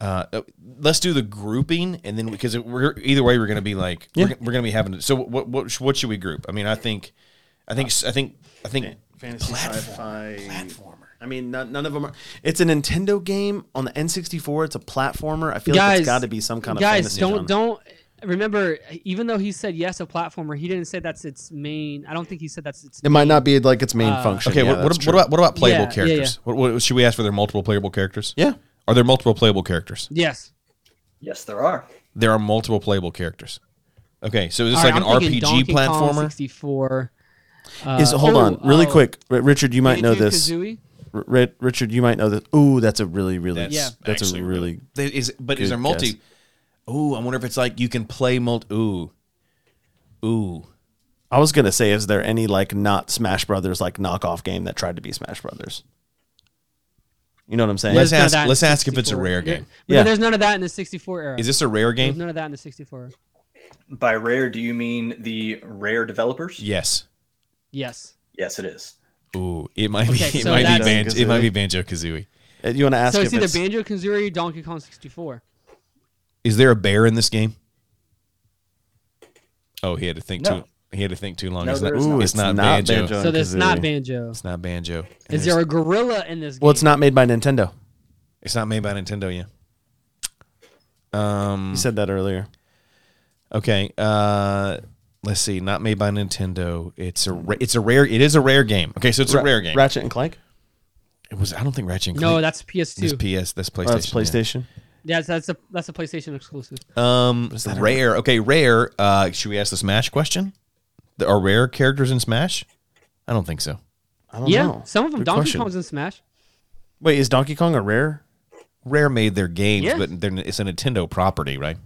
S1: Uh, uh, let's do the grouping, and then because we're either way, we're going to be like we're,
S2: Yeah.
S1: gonna- we're going to be having. To, so what what sh- what should we group? I mean, I think, I think, I think, I think.
S2: Fantasy sci-fi platformer. I mean, not, none of them are. It's a Nintendo game on the N64. It's a platformer. I feel like
S4: Guys,
S2: it's got to be some kind of
S4: guys,
S2: fantasy
S4: don't
S2: genre.
S4: don't remember. Even though he said yes, a platformer, he didn't say that's its main. I don't think he said that's its.
S2: It might not be like its main
S4: Uh,
S2: function.
S1: Okay,
S2: Yeah,
S1: what,
S2: that's
S1: what,
S2: true.
S1: what about what about playable
S4: Yeah, yeah, yeah.
S1: characters? What, what should we ask for? There multiple playable characters.
S2: Yeah,
S1: Are there multiple playable characters?
S4: Yes.
S3: Yes, there are.
S1: There are multiple playable characters. Okay, so is this
S4: All right,
S1: like an
S4: I'm
S1: RPG
S4: thinking Donkey Kong
S1: platformer?
S4: 64.
S2: is
S4: Uh,
S2: hold
S4: oh,
S2: on really
S4: uh,
S2: quick, R- Richard. You might know
S4: Banjo-Kazooie?
S2: this. R- Ri- Richard, you might know this. Ooh, that's a really, really,
S1: That's
S2: that's,
S4: Yeah.
S2: a
S1: actually
S2: really.
S1: There Is but is
S2: Good
S1: there multi?
S2: guess.
S1: Ooh, I wonder if it's like you can play multi. Ooh, ooh.
S2: I was gonna say, is there any like not Smash Brothers like knockoff game that tried to be Smash Brothers? You know what I'm saying?
S1: Let's
S4: There's none of
S1: ask-
S4: that in
S1: let's
S4: the
S1: ask if it's a
S4: 64.
S1: rare
S4: There-
S1: game.
S4: but
S2: Yeah.
S4: There's none of that in the 64 era.
S1: Is this a rare
S4: There's
S1: game?
S4: none of that in the 64.
S3: By rare, do you mean the rare developers?
S1: Yes.
S4: Yes.
S3: Yes, it is.
S1: Ooh, it might be.
S4: Okay,
S1: it
S4: so
S1: might be
S4: that's-
S1: banjo. It might be banjo kazooie.
S2: Uh, you want to ask
S4: So
S2: if
S4: it's either
S2: it's-
S4: Banjo Kazooie or Donkey Kong 64.
S1: Is there a bear in this game? Oh, he had to think
S3: No.
S1: too. He had to think too long.
S3: No,
S1: it's not,
S3: there is not.
S2: Ooh,
S1: it's not banjo.
S4: So this is
S2: Banjo-Kazooie.
S4: not Banjo.
S1: It's not banjo. And
S4: Is
S1: there's-
S4: there a gorilla in this game?
S2: Well, it's not made by Nintendo.
S1: It's not made by Nintendo. Yeah. Um.
S2: You said that earlier.
S1: Okay. Uh. Let's see. Not made by Nintendo. It's a. Ra- it's a rare. It is a rare game. Okay, so it's a rare game.
S2: Ratchet and Clank.
S1: It was. I don't think Ratchet. And
S4: No,
S1: Clank-
S4: that's PS2.
S1: This PS. That's PlayStation.
S2: Oh, that's
S1: yeah.
S2: PlayStation.
S4: yeah, that's a that's a PlayStation exclusive.
S1: Um,
S2: that a-
S1: rare. Okay, rare. Uh, should we ask the Smash question? The- Are rare characters in Smash? I don't think so.
S2: I don't
S4: yeah,
S2: know.
S4: some of them.
S2: Good
S4: Donkey
S2: question.
S4: Kong's in Smash.
S2: Wait, is Donkey Kong a rare?
S1: Rare made their games,
S4: Yeah.
S1: but they're, it's a Nintendo property, right?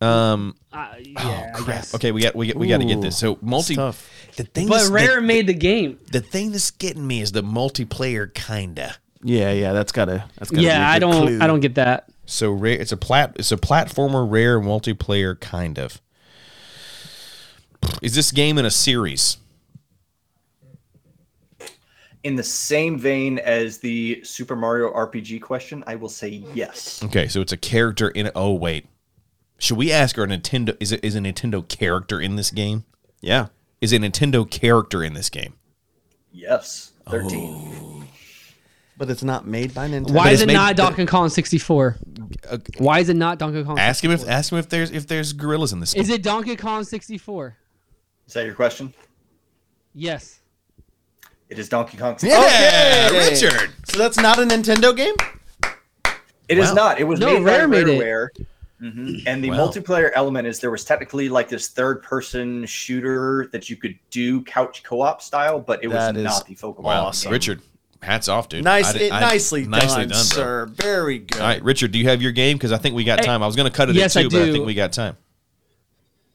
S4: Uh,
S1: Oh,
S4: yeah, I guess.
S1: Okay, we got we got, we got to get this.
S2: Ooh,
S1: So multi.
S2: tough.
S1: The thing,
S4: But
S1: that's-
S4: Rare made the game.
S1: The, the thing that's getting me is the multiplayer kinda.
S2: Yeah, yeah, that's gotta. That's gotta be a
S4: Yeah, I
S2: good
S4: don't
S2: clue.
S4: I don't get that.
S1: So rare. It's a plat. It's a platformer. Rare multiplayer kind of. Is this game in a series?
S3: In the same vein as the Super Mario RPG question, I will say yes.
S1: Okay, so it's a character in. Oh wait, should we ask? Are Nintendo is it is a Nintendo character in this game?
S2: Yeah.
S1: Is a Nintendo character in this game?
S3: Yes. 13.
S2: But it's not made by Nintendo.
S4: Why is
S1: it's
S4: it
S1: made-
S4: not Donkey Kong 64?
S1: Uh,
S4: Why is it not Donkey Kong?
S1: ask him if ask him if there's if there's gorillas in this.
S4: Is
S1: game.
S4: it Donkey Kong 64?
S3: Is that your question?
S4: Yes.
S3: It is Donkey Kong. Oh,
S1: Yeah, Richard.
S2: So that's not a Nintendo game.
S3: It is
S1: Wow.
S3: not. It was
S4: No,
S3: made by
S4: Rare made it.
S3: Rareware. Mhm. And the
S1: Wow.
S3: multiplayer element is there was technically like this third person shooter that you could do couch co op style, but it was
S2: That is
S3: not the focal point. of
S1: Wow,
S3: the game.
S1: Richard. Hats off, dude.
S2: Nice,
S1: I did-
S2: it,
S1: I-
S2: nicely,
S1: nicely
S2: done,
S1: done, bro.
S2: sir. Very good.
S1: All right, Richard, do you have your game? Because I think we got
S4: Hey,
S1: time. I was going to cut it
S4: yes,
S1: at
S4: I
S1: two, but I
S4: do.
S1: think we got time.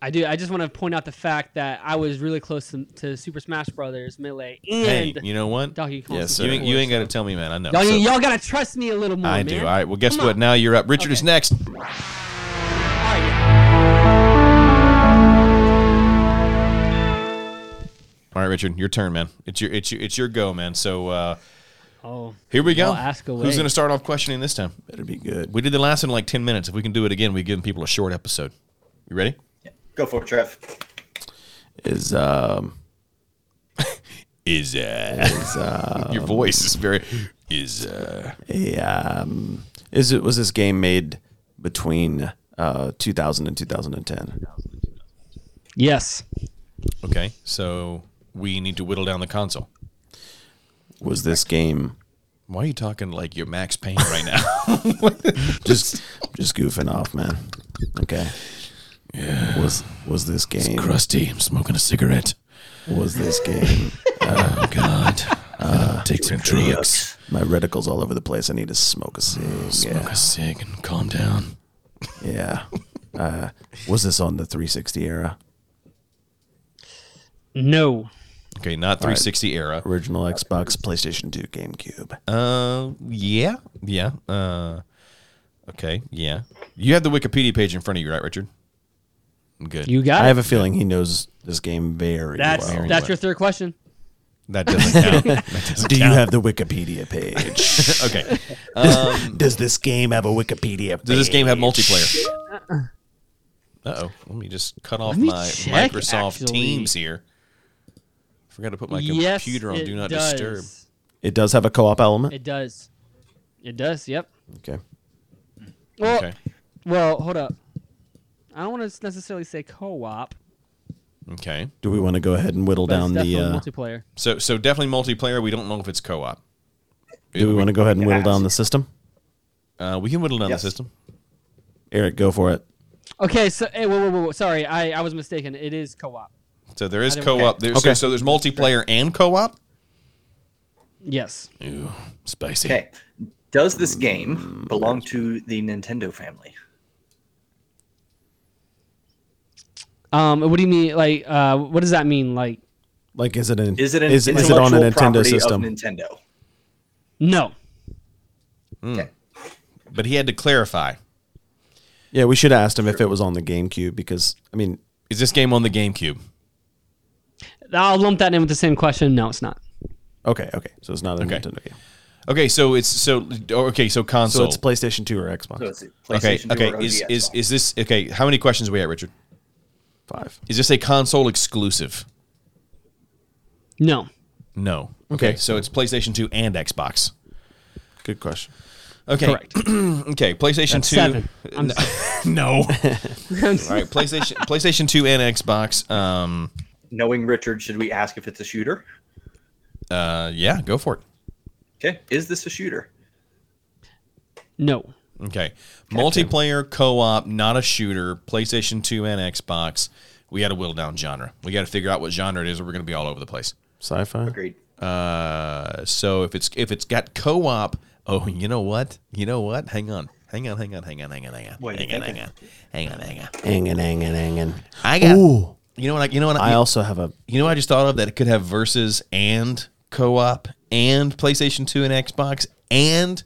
S4: I do. I just want to point out the fact that I was really close to, to Super Smash Brothers Melee
S1: Hey,
S4: and
S1: you know what?
S4: Donkey Kong.
S2: Yes, sir.
S1: You
S4: 64.
S1: ain't, you ain't got to tell me, man. I know.
S4: Y'all,
S1: So-
S4: y'all gotta trust me a little more,
S1: I
S4: man.
S1: do. All right. Well, guess
S4: Come
S1: what?
S4: on.
S1: Now you're up. Richard is next.
S4: All right.
S1: All right, Richard, your turn, man. It's your it's your it's your go, man. So uh,
S4: Oh,
S1: here we go.
S4: Well, ask away.
S1: Who's going to start off questioning this time?
S2: Better be good.
S1: We did the last one in like ten minutes. If we can do it again, we give people a short episode. You ready?
S3: Go for it, Trev.
S2: Is um
S1: Is uh, your voice is very is uh,
S2: a um is it was this game made between uh 2000 and 2010?
S4: Yes.
S1: okay. So we need to whittle down the console.
S2: Was this game
S1: Why are you talking like you're Max Payne right now?
S2: just just goofing off, man. Okay. Yeah. Was was this game?
S1: Crusty, I'm smoking a cigarette.
S2: Was this game?
S1: God. Take some drugs.
S2: My reticle's all over the place. I need to smoke a cig.
S1: Smoke a cig and calm down.
S2: Yeah. Uh, was this on the 360 era?
S4: No.
S1: Okay, not 360 era.
S2: Original Xbox, PlayStation 2, GameCube.
S1: Uh, yeah, yeah. Uh, okay, yeah. You have the Wikipedia page in front of you, right, Richard? Good.
S4: You got
S2: I
S4: it.
S2: have a feeling he knows this game very
S4: that's
S2: well.
S4: that's your third question.
S1: that doesn't count. That doesn't
S2: Do you
S1: count.
S2: have the Wikipedia page?
S1: okay.
S2: Does this game have a Wikipedia page?
S1: Does this game have multiplayer? Uh oh. Let me just cut off
S4: Uh-uh. me
S1: my
S4: check,
S1: Microsoft
S4: actually.
S1: Teams here. Forgot to put my
S4: yes,
S1: computer on
S4: it
S1: Do Not
S4: does.
S1: Disturb.
S2: It does have a co op element.
S4: It does. It does. Yep.
S2: Okay.
S4: Well,
S1: Okay.
S4: well, hold up. I don't want to necessarily say co-op,
S1: Okay.
S2: Do we want to go ahead and whittle
S4: but
S2: down
S4: it's
S2: the?
S4: definitely
S2: Uh,
S4: multiplayer.
S1: So so definitely multiplayer. We don't know if it's co op.
S2: do we want to go ahead and whittle down the system?
S1: Uh, we can whittle down
S3: Yes.
S1: the system.
S2: Eric, go for it.
S4: Okay, so hey, whoa, whoa, whoa, whoa. Sorry, I, I was mistaken. It is co-op.
S1: So there is
S4: I didn't-
S1: co op. There's, so,
S2: Okay.
S1: so there's multiplayer and co op.
S4: Yes.
S1: Ooh, spicy.
S3: Okay. Does
S1: Mm,
S3: this game belong to the Nintendo family?
S4: Um, what do you mean? Like, uh, what does that mean? Like,
S2: Like, is it an?
S3: Is it an
S2: is, is it
S3: intellectual
S2: on a Nintendo
S3: property
S2: system?
S3: of Nintendo?
S4: no.
S1: Hmm.
S3: Okay.
S1: But he had to clarify.
S2: yeah, we should have asked him if it was on the GameCube because I mean,
S1: Is this game on the GameCube?
S4: I'll lump that in with the same question. No, it's not.
S2: okay, okay, so it's not a
S1: Okay.
S2: Nintendo game.
S1: Okay, so it's so oh, okay, so
S2: So,
S1: console.
S2: it's PlayStation Two or Xbox
S3: So it's a
S1: okay,
S3: PlayStation two or
S1: okay. Is
S3: OG
S1: is
S3: Xbox.
S1: is this okay? How many questions we at, Richard?
S2: Five.
S1: Is this a console exclusive?
S4: No.
S1: No.
S2: Okay.
S1: So it's PlayStation 2 and Xbox.
S2: Good question.
S1: Okay.
S4: Correct.
S1: Okay. PlayStation 2.
S4: Seven. I'm
S1: No. no. All right. PlayStation PlayStation 2 and Xbox. Um.
S3: knowing Richard, should we ask if it's a shooter?
S1: Uh. Yeah. Go for it.
S3: Okay. Is this a shooter?
S4: No.
S1: Okay. Multiplayer co-op, not a shooter. PlayStation 2 and Xbox. We got to whittle down genre. We got to figure out what genre it is, or we're going to be all over the place.
S2: Sci-fi.
S3: Agreed.
S1: Uh, so if it's if it's got co-op, oh, you know what? You know what? Hang on, hang on, hang on, hang on, hang on, hang on,
S3: What are you
S1: hang on, hang
S3: thinking?
S1: on, hang on, hang on.
S2: Hanging, hanging, hanging.
S1: I got.
S2: Ooh.
S1: You know what? I, you know what?
S2: I
S1: I,
S2: also have a.
S1: you know what I just thought of that it could have versus and co-op and PlayStation Two and Xbox and.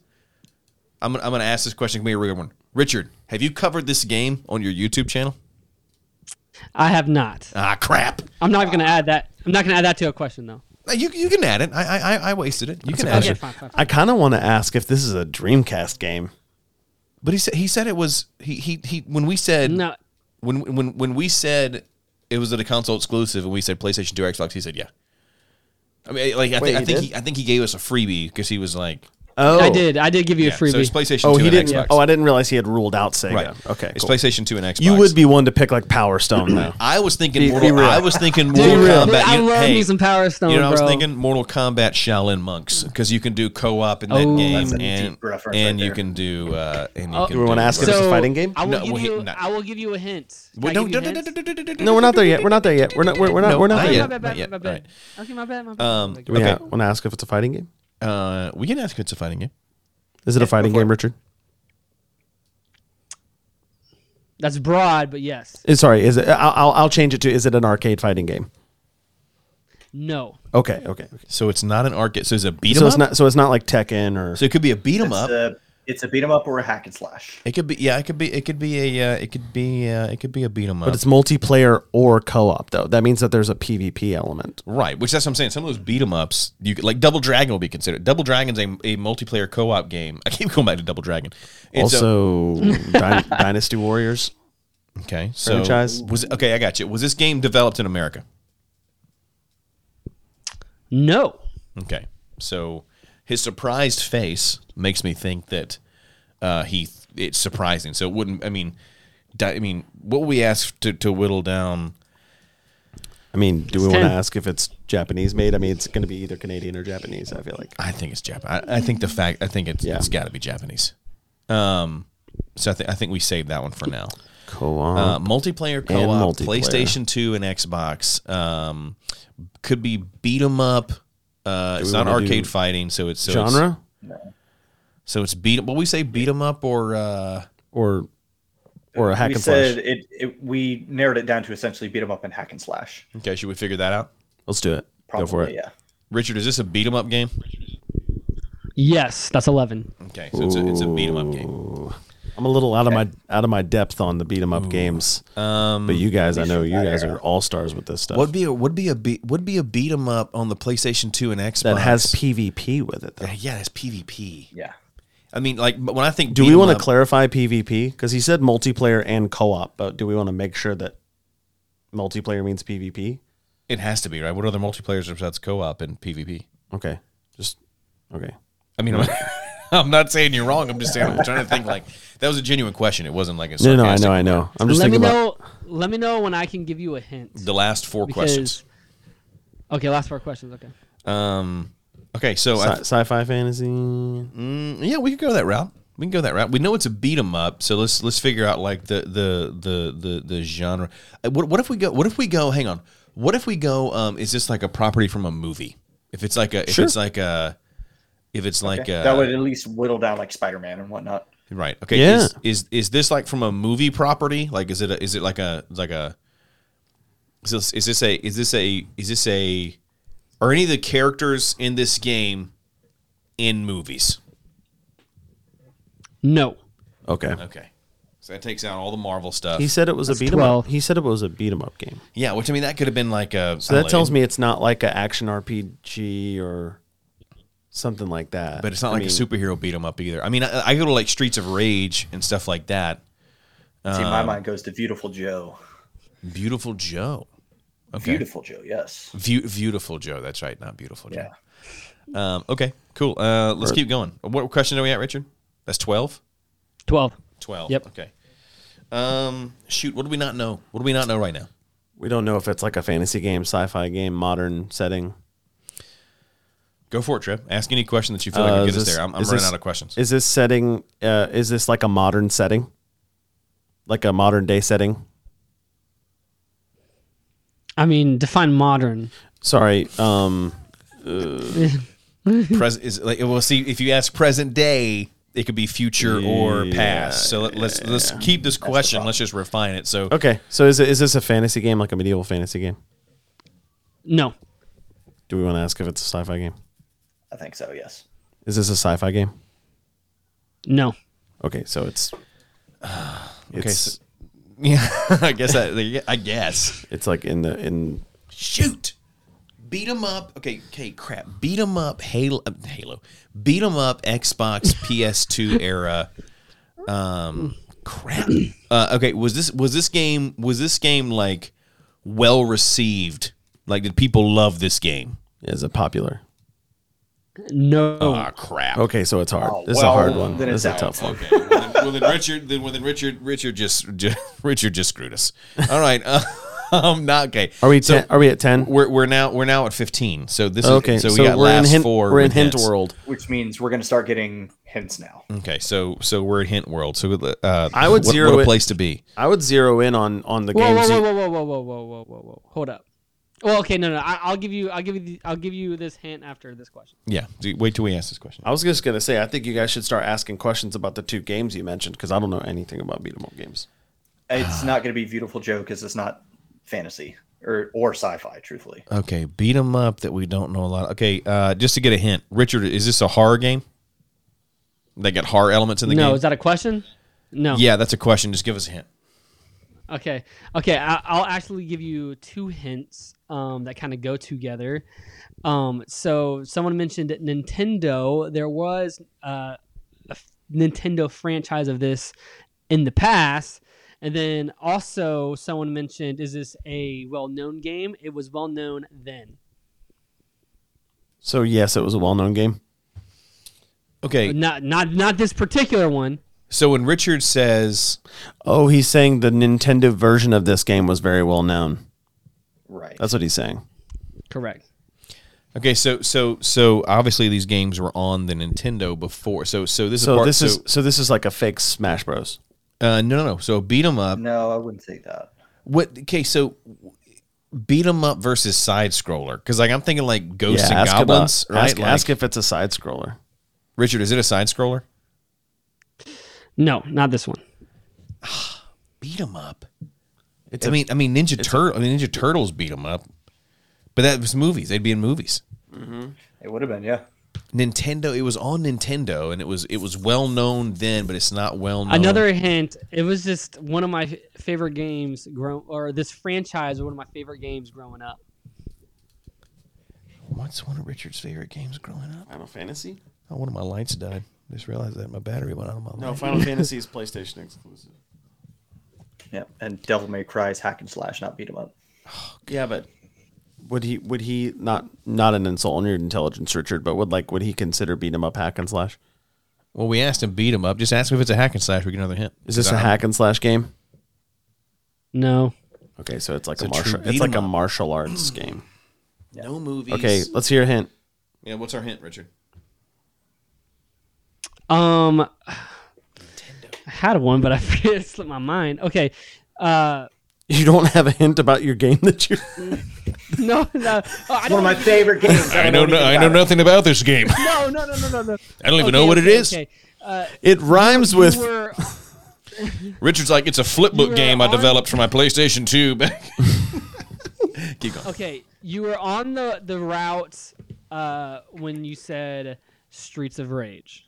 S1: I'm gonna, I'm gonna ask this question. Give me a real one, Richard. Have you covered this game on your YouTube channel?
S4: I have not.
S1: Ah, crap.
S4: I'm not even gonna add that. I'm not gonna add that to a question though.
S1: Uh, You you can add it. I I, I- I wasted it. You can add
S4: Okay,
S1: it.
S4: fine, fine, fine.
S2: I kind of want to ask if this is a Dreamcast game.
S1: But he said he said it was he he he when we said
S4: No.
S1: when when when we said it was at a console exclusive and we said PlayStation 2 or Xbox, he said yeah. I mean, like I,
S2: Wait,
S1: think I
S2: he
S1: think
S2: did?
S1: he, I think he gave us a freebie because he was like,
S2: Oh,
S4: I did. I did give you
S1: yeah.
S4: a freebie.
S1: So it's PlayStation
S2: Oh,
S1: 2
S2: he
S1: and
S2: didn't.
S1: Xbox.
S2: Oh, I didn't realize he had ruled out Sega.
S1: right.
S2: Okay.
S1: it's
S2: cool.
S1: PlayStation 2 and Xbox.
S2: You would be one to pick like Power Stone though.
S1: I was thinking
S2: Be-
S1: Mortal.
S2: be real.
S1: I was thinking
S4: Dude,
S1: Mortal
S4: dude,
S1: Kombat.
S4: I
S1: you-
S4: love
S1: hey,
S4: me some Power Stone,
S1: You know, what I was
S4: bro.
S1: thinking Mortal Kombat Shaolin monks because you can do co-op in that
S4: Oh.
S1: game
S4: That's
S3: a
S1: and
S3: deep reference
S1: and
S3: right
S1: you
S3: there.
S1: can do uh, and you
S4: Oh.
S1: can
S4: Do
S2: we wanna
S1: do-
S2: ask him- It's a fighting game?
S4: I will
S1: No,
S4: give
S1: well, he-
S4: you.
S1: no.
S4: I will give you a hint. Can
S1: Well,
S4: I
S1: no,
S4: give
S1: no,
S4: you
S1: no, no,
S4: hints?
S1: no, no, no,
S2: No, we're not there yet. We're not there yet. We're not. We're, we're not.
S1: No,
S2: we're not,
S1: not
S2: there
S1: yet.
S4: My
S2: yet.
S4: bad,
S1: not
S4: my bad, my
S1: Alright.
S4: bad. Okay, my bad, my bad.
S1: Um,
S4: my bad.
S2: Do we
S1: Okay.
S2: want to ask if it's a fighting game?
S1: Uh, we can ask if it's a fighting game.
S2: Is it a fighting game, Richard?
S4: That's broad, but yes.
S2: Eh, Sorry, is it? I'll, I'll I'll change it to. Is it an arcade fighting game?
S4: No.
S2: Okay, okay.
S1: So it's not an arcade. So it's a beat 'em
S2: So
S1: up.
S2: it's not. So it's not like Tekken or.
S1: So it could be a beat 'em
S3: It's
S1: up.
S3: a, it's a beat 'em up or a hack and slash.
S1: It could be yeah, it could be it could be a uh, it could be uh, it could be a beat 'em up.
S2: but it's multiplayer or co-op though. That means that there's a PvP element.
S1: right, which that's what I'm saying. Some of those beat 'em ups, you could, like Double Dragon will be considered. Double Dragon's a, a multiplayer co-op game. I keep going back to Double Dragon. It's a-
S2: also, Dyn- Dynasty Warriors.
S1: okay, so
S2: franchise.
S1: was okay. I got you. Was this game developed in America?
S4: No.
S1: Okay, so his surprised face makes me think that uh, he it's surprising. So it wouldn't. I mean, di- I mean, what would we ask to to whittle down?
S2: I mean, do we want to
S4: 10.
S2: ask if it's Japanese made? I mean, it's going to be either Canadian or Japanese. I feel like.
S1: I think it's Jap. I, I think the fact. I think it's
S2: Yeah.
S1: it's got to be Japanese. Um, so I think I think we saved that one for now.
S2: Co-op.
S1: Uh, multiplayer co-op,
S2: multiplayer.
S1: PlayStation Two and Xbox. Um, could be beat 'em up. Uh,
S2: Do
S1: it's
S2: we
S1: not
S2: wanna
S1: arcade
S2: do
S1: fighting, so it's so it's-
S2: genre
S1: so it's beat. Well, we say beat 'em up or uh,
S2: or or a hack
S3: we
S2: and
S3: said
S2: slash.
S3: It, it. We narrowed it down to essentially beat 'em up and hack and slash.
S1: okay. Should we figure that out?
S2: Let's do it.
S3: Probably,
S2: Go for it.
S3: Yeah.
S1: Richard, is this a beat 'em up game?
S4: Yes, that's eleven.
S1: Okay, so it's a, it's a beat 'em up game.
S2: Ooh. I'm a little out of my out of my depth on the beat 'em up games,
S1: Um,
S2: but you guys, I know you
S3: that
S2: guys
S3: era.
S2: are all stars with this stuff.
S1: would be a would be a beat would be a beat 'em up on the PlayStation Two and Xbox
S2: that has PvP with it though.
S1: Yeah, it's PvP.
S3: Yeah.
S1: I mean, like but when I think
S2: Do
S1: beat
S2: we
S1: 'em
S2: want
S1: up-
S2: to clarify PvP? Because he said multiplayer and co-op, but do we want to make sure that multiplayer means PvP?
S1: It has to be right. What other multiplayers besides co-op and PvP?
S2: Okay, just okay.
S1: I mean, I'm, I'm not saying you're wrong. I'm just saying I'm trying to think. Like that was a genuine question. It wasn't like a
S2: No, no, I
S1: sarcastic-
S2: know, I know. I'm just
S4: let me
S2: thinking about.
S4: know. Let me know when I can give you a hint.
S1: The last four questions.
S4: because- Okay, last four questions. Okay.
S1: Um, okay, so I,
S2: Sci- sci-fi fantasy.
S1: mm, yeah, we could go that route. We can go that route. We know it's a beat 'em up, so let's let's figure out like the the the the the genre. Uh, What what if we go? What if we go? Hang on. What if we go? Um, is this like a property from a movie? If it's like a if
S2: Sure.
S1: it's like a if it's like a
S3: that would at least whittle down like Spider Man and whatnot.
S1: Right. Okay.
S2: Yeah.
S1: Is, is is this like from a movie property? Like, is it a, is it like a like a is this is this a is this a is this a are any of the characters in this game in movies?
S4: No.
S2: Okay.
S1: Okay. So that takes out all the Marvel stuff.
S2: He said it was a
S4: That's
S2: beat 'em up.
S4: 12.
S2: He said it was a beat 'em up game.
S1: yeah, which I mean that could have been like a.
S2: So that tells me it's not like an action RPG or something like that.
S1: but it's not
S2: I
S1: like
S2: mean,
S1: a superhero beat 'em up either. I mean, I, I go to like Streets of Rage and stuff like that.
S3: See,
S1: Ah.
S3: my mind goes to Beautiful Joe.
S1: Beautiful Joe. Okay.
S3: Beautiful Joe. Yes.
S1: View, beautiful Joe. That's right. Not beautiful Joe.
S3: Yeah.
S1: Um, okay, cool. Uh, let's keep going. What question are we at, Richard? That's 12?
S4: Twelve.
S1: 12.
S4: Yep.
S1: Okay. Um, shoot, what do we not know? What do we not know right now?
S2: We don't know if it's like a fantasy game, sci-fi game, modern setting.
S1: Go for it, Trip. Ask any question that you feel
S2: Uh,
S1: like will
S2: is
S1: get us
S2: this-
S1: there. I'm, I'm
S2: is
S1: running
S2: this-
S1: out of questions.
S2: Is this setting? Uh, is this like a modern setting? Like a modern day setting?
S4: I mean, define modern.
S2: Sorry. Um,
S1: Pres- is like well, see, if you ask present day, it could be future or past. So let, let's let's keep this question. Let's just refine it. So
S2: okay. So is it, is this a fantasy game, like a medieval fantasy game?
S4: No.
S2: Do we want to ask if it's a sci-fi game?
S3: I think so. Yes.
S2: Is this a sci-fi game?
S4: No.
S2: Okay, so it's it's
S1: Uh, so- yeah, I guess I, I guess.
S2: it's like in the in
S1: shoot beat 'em up okay okay crap beat 'em up halo uh, halo beat 'em up xbox ps2 era um crap uh, okay was this was this game was this game like well received like did people love this game
S2: is it popular?
S4: No.
S1: ah crap
S2: Okay, so it's hard.
S3: Oh,
S2: this is a hard
S3: well,
S2: one.
S3: then
S2: This is
S3: it's
S2: a
S3: out.
S2: tough one.
S1: Okay, well then, well then Richard, then well then Richard, Richard just, ju- Richard just screwed us. All right, uh, um, not okay.
S2: Are we
S1: So
S2: ten, are we at ten?
S1: we're, we're now we're now at fifteen. So this
S2: Okay,
S1: is so, we got
S2: we're
S1: last
S2: in hint,
S1: four.
S2: We're in
S1: with
S2: hint
S1: hints.
S2: world.
S3: Which means we're going to start getting hints now.
S1: Okay, so so we're at hint world. So uh,
S2: I would
S1: what,
S2: zero
S1: what a
S2: it-
S1: place to be.
S2: I would zero in on on the
S4: Whoa, whoa,
S2: games.
S4: whoa,
S2: you-
S4: whoa, whoa, whoa, whoa, whoa, whoa, whoa, whoa. Hold up. Well, okay, no, no. I, I'll give you, I'll give you, the, I'll give you this hint after this question.
S1: Yeah, do- wait till we ask this question.
S2: I was just gonna say, I think you guys should start asking questions about the two games you mentioned because I don't know anything about beat 'em up games.
S3: It's not going to be Beautiful Joe because it's not fantasy or or sci-fi. Truthfully,
S1: Okay, beat 'em up that we don't know a lot. Okay, uh, just to get a hint, Richard, is this a horror game? They got horror elements in the
S4: no,
S1: game.
S4: is that a question? No.
S1: yeah, that's a question. Just give us a hint.
S4: Okay. Okay. I, I'll actually give you two hints um, that kind of go together. Um, so someone mentioned Nintendo. There was uh, a f- Nintendo franchise of this in the past. And then also someone mentioned, is this a well-known game? It was well-known then.
S2: So yes, it was a well-known game.
S1: Okay,
S4: Not not not this particular one.
S1: so when Richard says
S2: Oh, he's saying the Nintendo version of this game was very well known.
S3: right?
S2: That's what he's saying.
S4: Correct.
S1: Okay, so so so obviously these games were on the Nintendo before. So so this is
S2: So
S1: part,
S2: this
S1: so,
S2: is so this is like a fake Smash Bros.
S1: uh, no no no. So beat 'em up.
S3: no, I wouldn't say that.
S1: What? Okay, so beat 'em up versus side scroller because like I'm thinking like
S2: Yeah,
S1: ghosts and
S2: ask, about-
S1: goblins, right?
S2: ask,
S1: Like-
S2: ask if it's a side scroller.
S1: Richard, is it a side scroller?
S4: No, not this one.
S1: Beat 'em up. I mean, I mean Ninja Turtle. I mean Ninja Turtles beat 'em up, but that was movies. They'd be in movies.
S3: It would have been, yeah.
S1: Nintendo. It was on Nintendo, and it was it was well known then, but it's not well known.
S4: Another hint. It was just one of my f- favorite games grow or this franchise was one of my favorite games growing up.
S1: What's one of Richard's favorite games growing up?
S2: Final Fantasy?
S1: Oh, one of my lights died. Just realized that my battery went out of my.
S2: No,
S1: light.
S2: Final Fantasy is PlayStation exclusive.
S3: Yeah. And Devil May Cry's hack and slash, not beat 'em up.
S2: Yeah, but would he would he not not an insult on your intelligence, Richard? But would like would he consider beating him up hack and slash?
S1: Well, we asked him beat 'em up. Just ask him if it's a hack and slash. We get another hint.
S2: Is this
S1: Because
S2: a
S1: I-
S2: hack and slash game?
S4: No.
S2: Okay, so it's like a
S1: a true
S2: martial
S1: beat
S2: it's
S1: 'em
S2: like a
S1: up. Hmm.
S2: martial arts game.
S1: No movies.
S2: Okay, let's hear a hint.
S1: Yeah. What's our hint, Richard?
S4: Um I had one, but I forget it slipped my mind. Okay. Uh
S2: You don't have a hint about your game that you
S4: no, no. Oh, I
S3: One
S4: don't
S3: of my favorite games.
S1: I don't know. I know nothing about this game. I
S4: no, no, no, no, no, no.
S1: don't even know what it is.
S4: Okay. Uh,
S2: It rhymes
S4: you
S2: with
S4: were
S1: Richard's like, it's a flip book
S4: were
S1: game I
S4: on-
S1: developed for my PlayStation 2. back- Keep going.
S4: okay. You were on the the route uh, when you said Streets of Rage.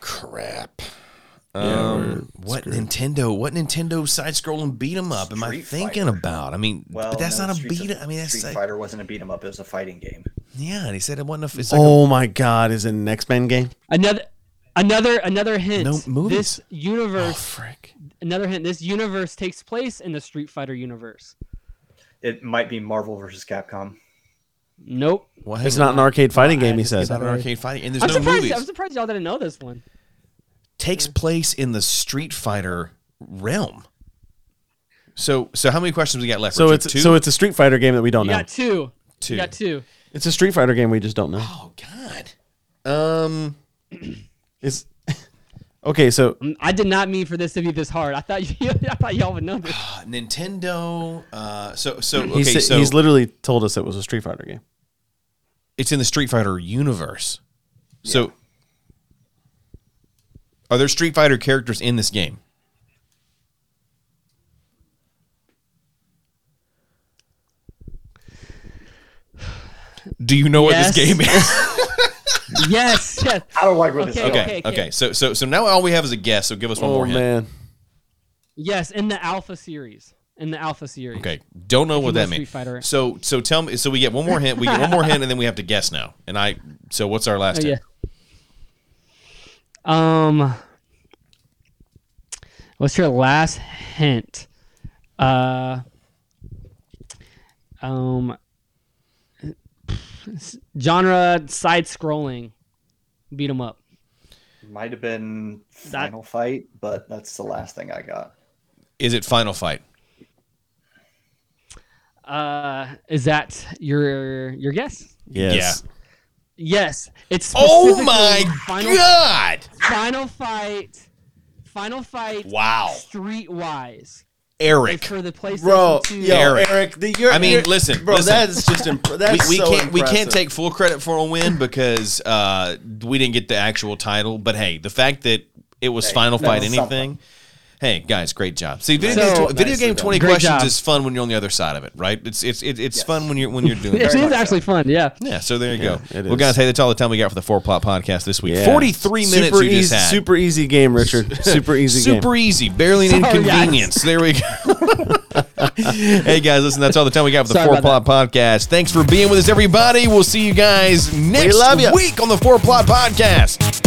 S1: Crap. Um, what Nintendo? What Nintendo side-scrolling beat 'em up am I
S3: Street
S1: thinking about? I mean, but that's not a beat. I mean, that's
S3: Street
S1: like,
S3: Fighter wasn't a beat 'em up. It was a fighting game.
S1: yeah. And he said it wasn't a. It's like
S2: Oh my god, is it an X-Men game?
S4: Another another another hint.
S1: No movies. Oh,
S4: This universe.
S1: frick.
S4: Another hint. This universe takes place in the Street Fighter universe.
S3: It might be Marvel versus Capcom.
S4: Nope.
S1: Well,
S2: It's
S1: hang on.
S2: not an arcade fighting game, he
S1: It's
S2: says.
S1: not an arcade fighting, and there's
S4: I'm
S1: no
S4: surprised.
S1: movies.
S4: I'm surprised y'all didn't know this one.
S1: Takes place in the Street Fighter realm. So, so how many questions we got left?
S2: So
S1: Richard?
S2: it's so it's a Street Fighter game that we don't
S4: You
S2: know.
S4: got two.
S1: Oh, Two.
S4: You got two.
S2: It's a Street Fighter game we just don't know.
S1: Oh God. Um.
S2: Is Okay, so
S4: Mm, I did not mean for this to be this hard. I thought you, I thought y'all would know this.
S1: uh, Nintendo. Uh, so so okay,
S2: he's,
S1: so
S2: he's literally told us it was a Street Fighter game.
S1: it's in the Street Fighter universe. So are there Street Fighter characters in this game? Do you know
S4: Yes.
S1: what this game is?
S4: yes. Yes.
S3: I don't like where this is
S4: Okay.
S3: going.
S1: okay, okay. So so so now all we have is a guess. So give us one
S2: Oh
S1: more hint.
S2: man.
S4: Yes. In the Alpha series. In the Alpha series.
S1: Okay, don't know what
S4: Kingdom
S1: that
S4: Street
S1: means.
S4: Fighter.
S1: So so tell me. So we get one more hint. We get one more hint, and then we have to guess now. And I. So what's our last
S4: Oh,
S1: hint?
S4: yeah. Um, what's your last hint? Uh, um, genre side scrolling, beat 'em up.
S3: Might have been Final Fight, but that's the last thing I got.
S1: Is it Final Fight?
S4: Uh, is that your your guess?
S2: Yes.
S4: Yes, it's
S1: Oh
S4: specifically
S1: my
S4: final,
S1: god!
S4: final fight, final fight.
S1: Wow,
S4: Streetwise, like
S1: Eric.
S4: for the PlayStation
S2: Bro,
S4: 2.
S2: yo,
S1: Mm. Eric.
S2: Eric, you're,
S1: I mean,
S2: you're-
S1: listen,
S2: bro,
S1: listen.
S2: that is just imp-
S1: We,
S2: that's
S1: we
S2: so
S1: can't we can't
S2: impressive.
S1: take full credit for a win because uh, we didn't get the actual title. But hey, the fact that it was Final
S3: that
S1: Fight
S3: was
S1: anything.
S3: something.
S1: Hey guys, great job. See, video
S4: So-
S1: game, tw- video
S2: Nicely
S1: game
S2: done.
S1: twenty
S4: Great
S1: questions
S4: job.
S1: is fun when you're on the other side of it, right? It's it's it's, it's fun when you're when you're doing
S4: It
S1: it.
S4: is actually fun, yeah.
S1: Yeah, so there you go.
S2: it
S1: Well,
S2: is.
S1: guys, hey, that's all the time we got for the Four Plot Podcast this week.
S2: Yeah.
S1: Forty-three minutes
S2: Super
S1: you
S2: easy,
S1: just had.
S2: Super easy game, Richard. Super easy game. Oh,
S1: Super easy, barely an
S4: Sorry, guys.
S1: inconvenience. There we go. hey guys, listen, that's all the time we got for the
S4: Sorry
S1: Four Plot
S4: about
S1: Podcast. Thanks for being with us, everybody. We'll see you guys next
S2: love ya.
S1: week on the Four Plot Podcast.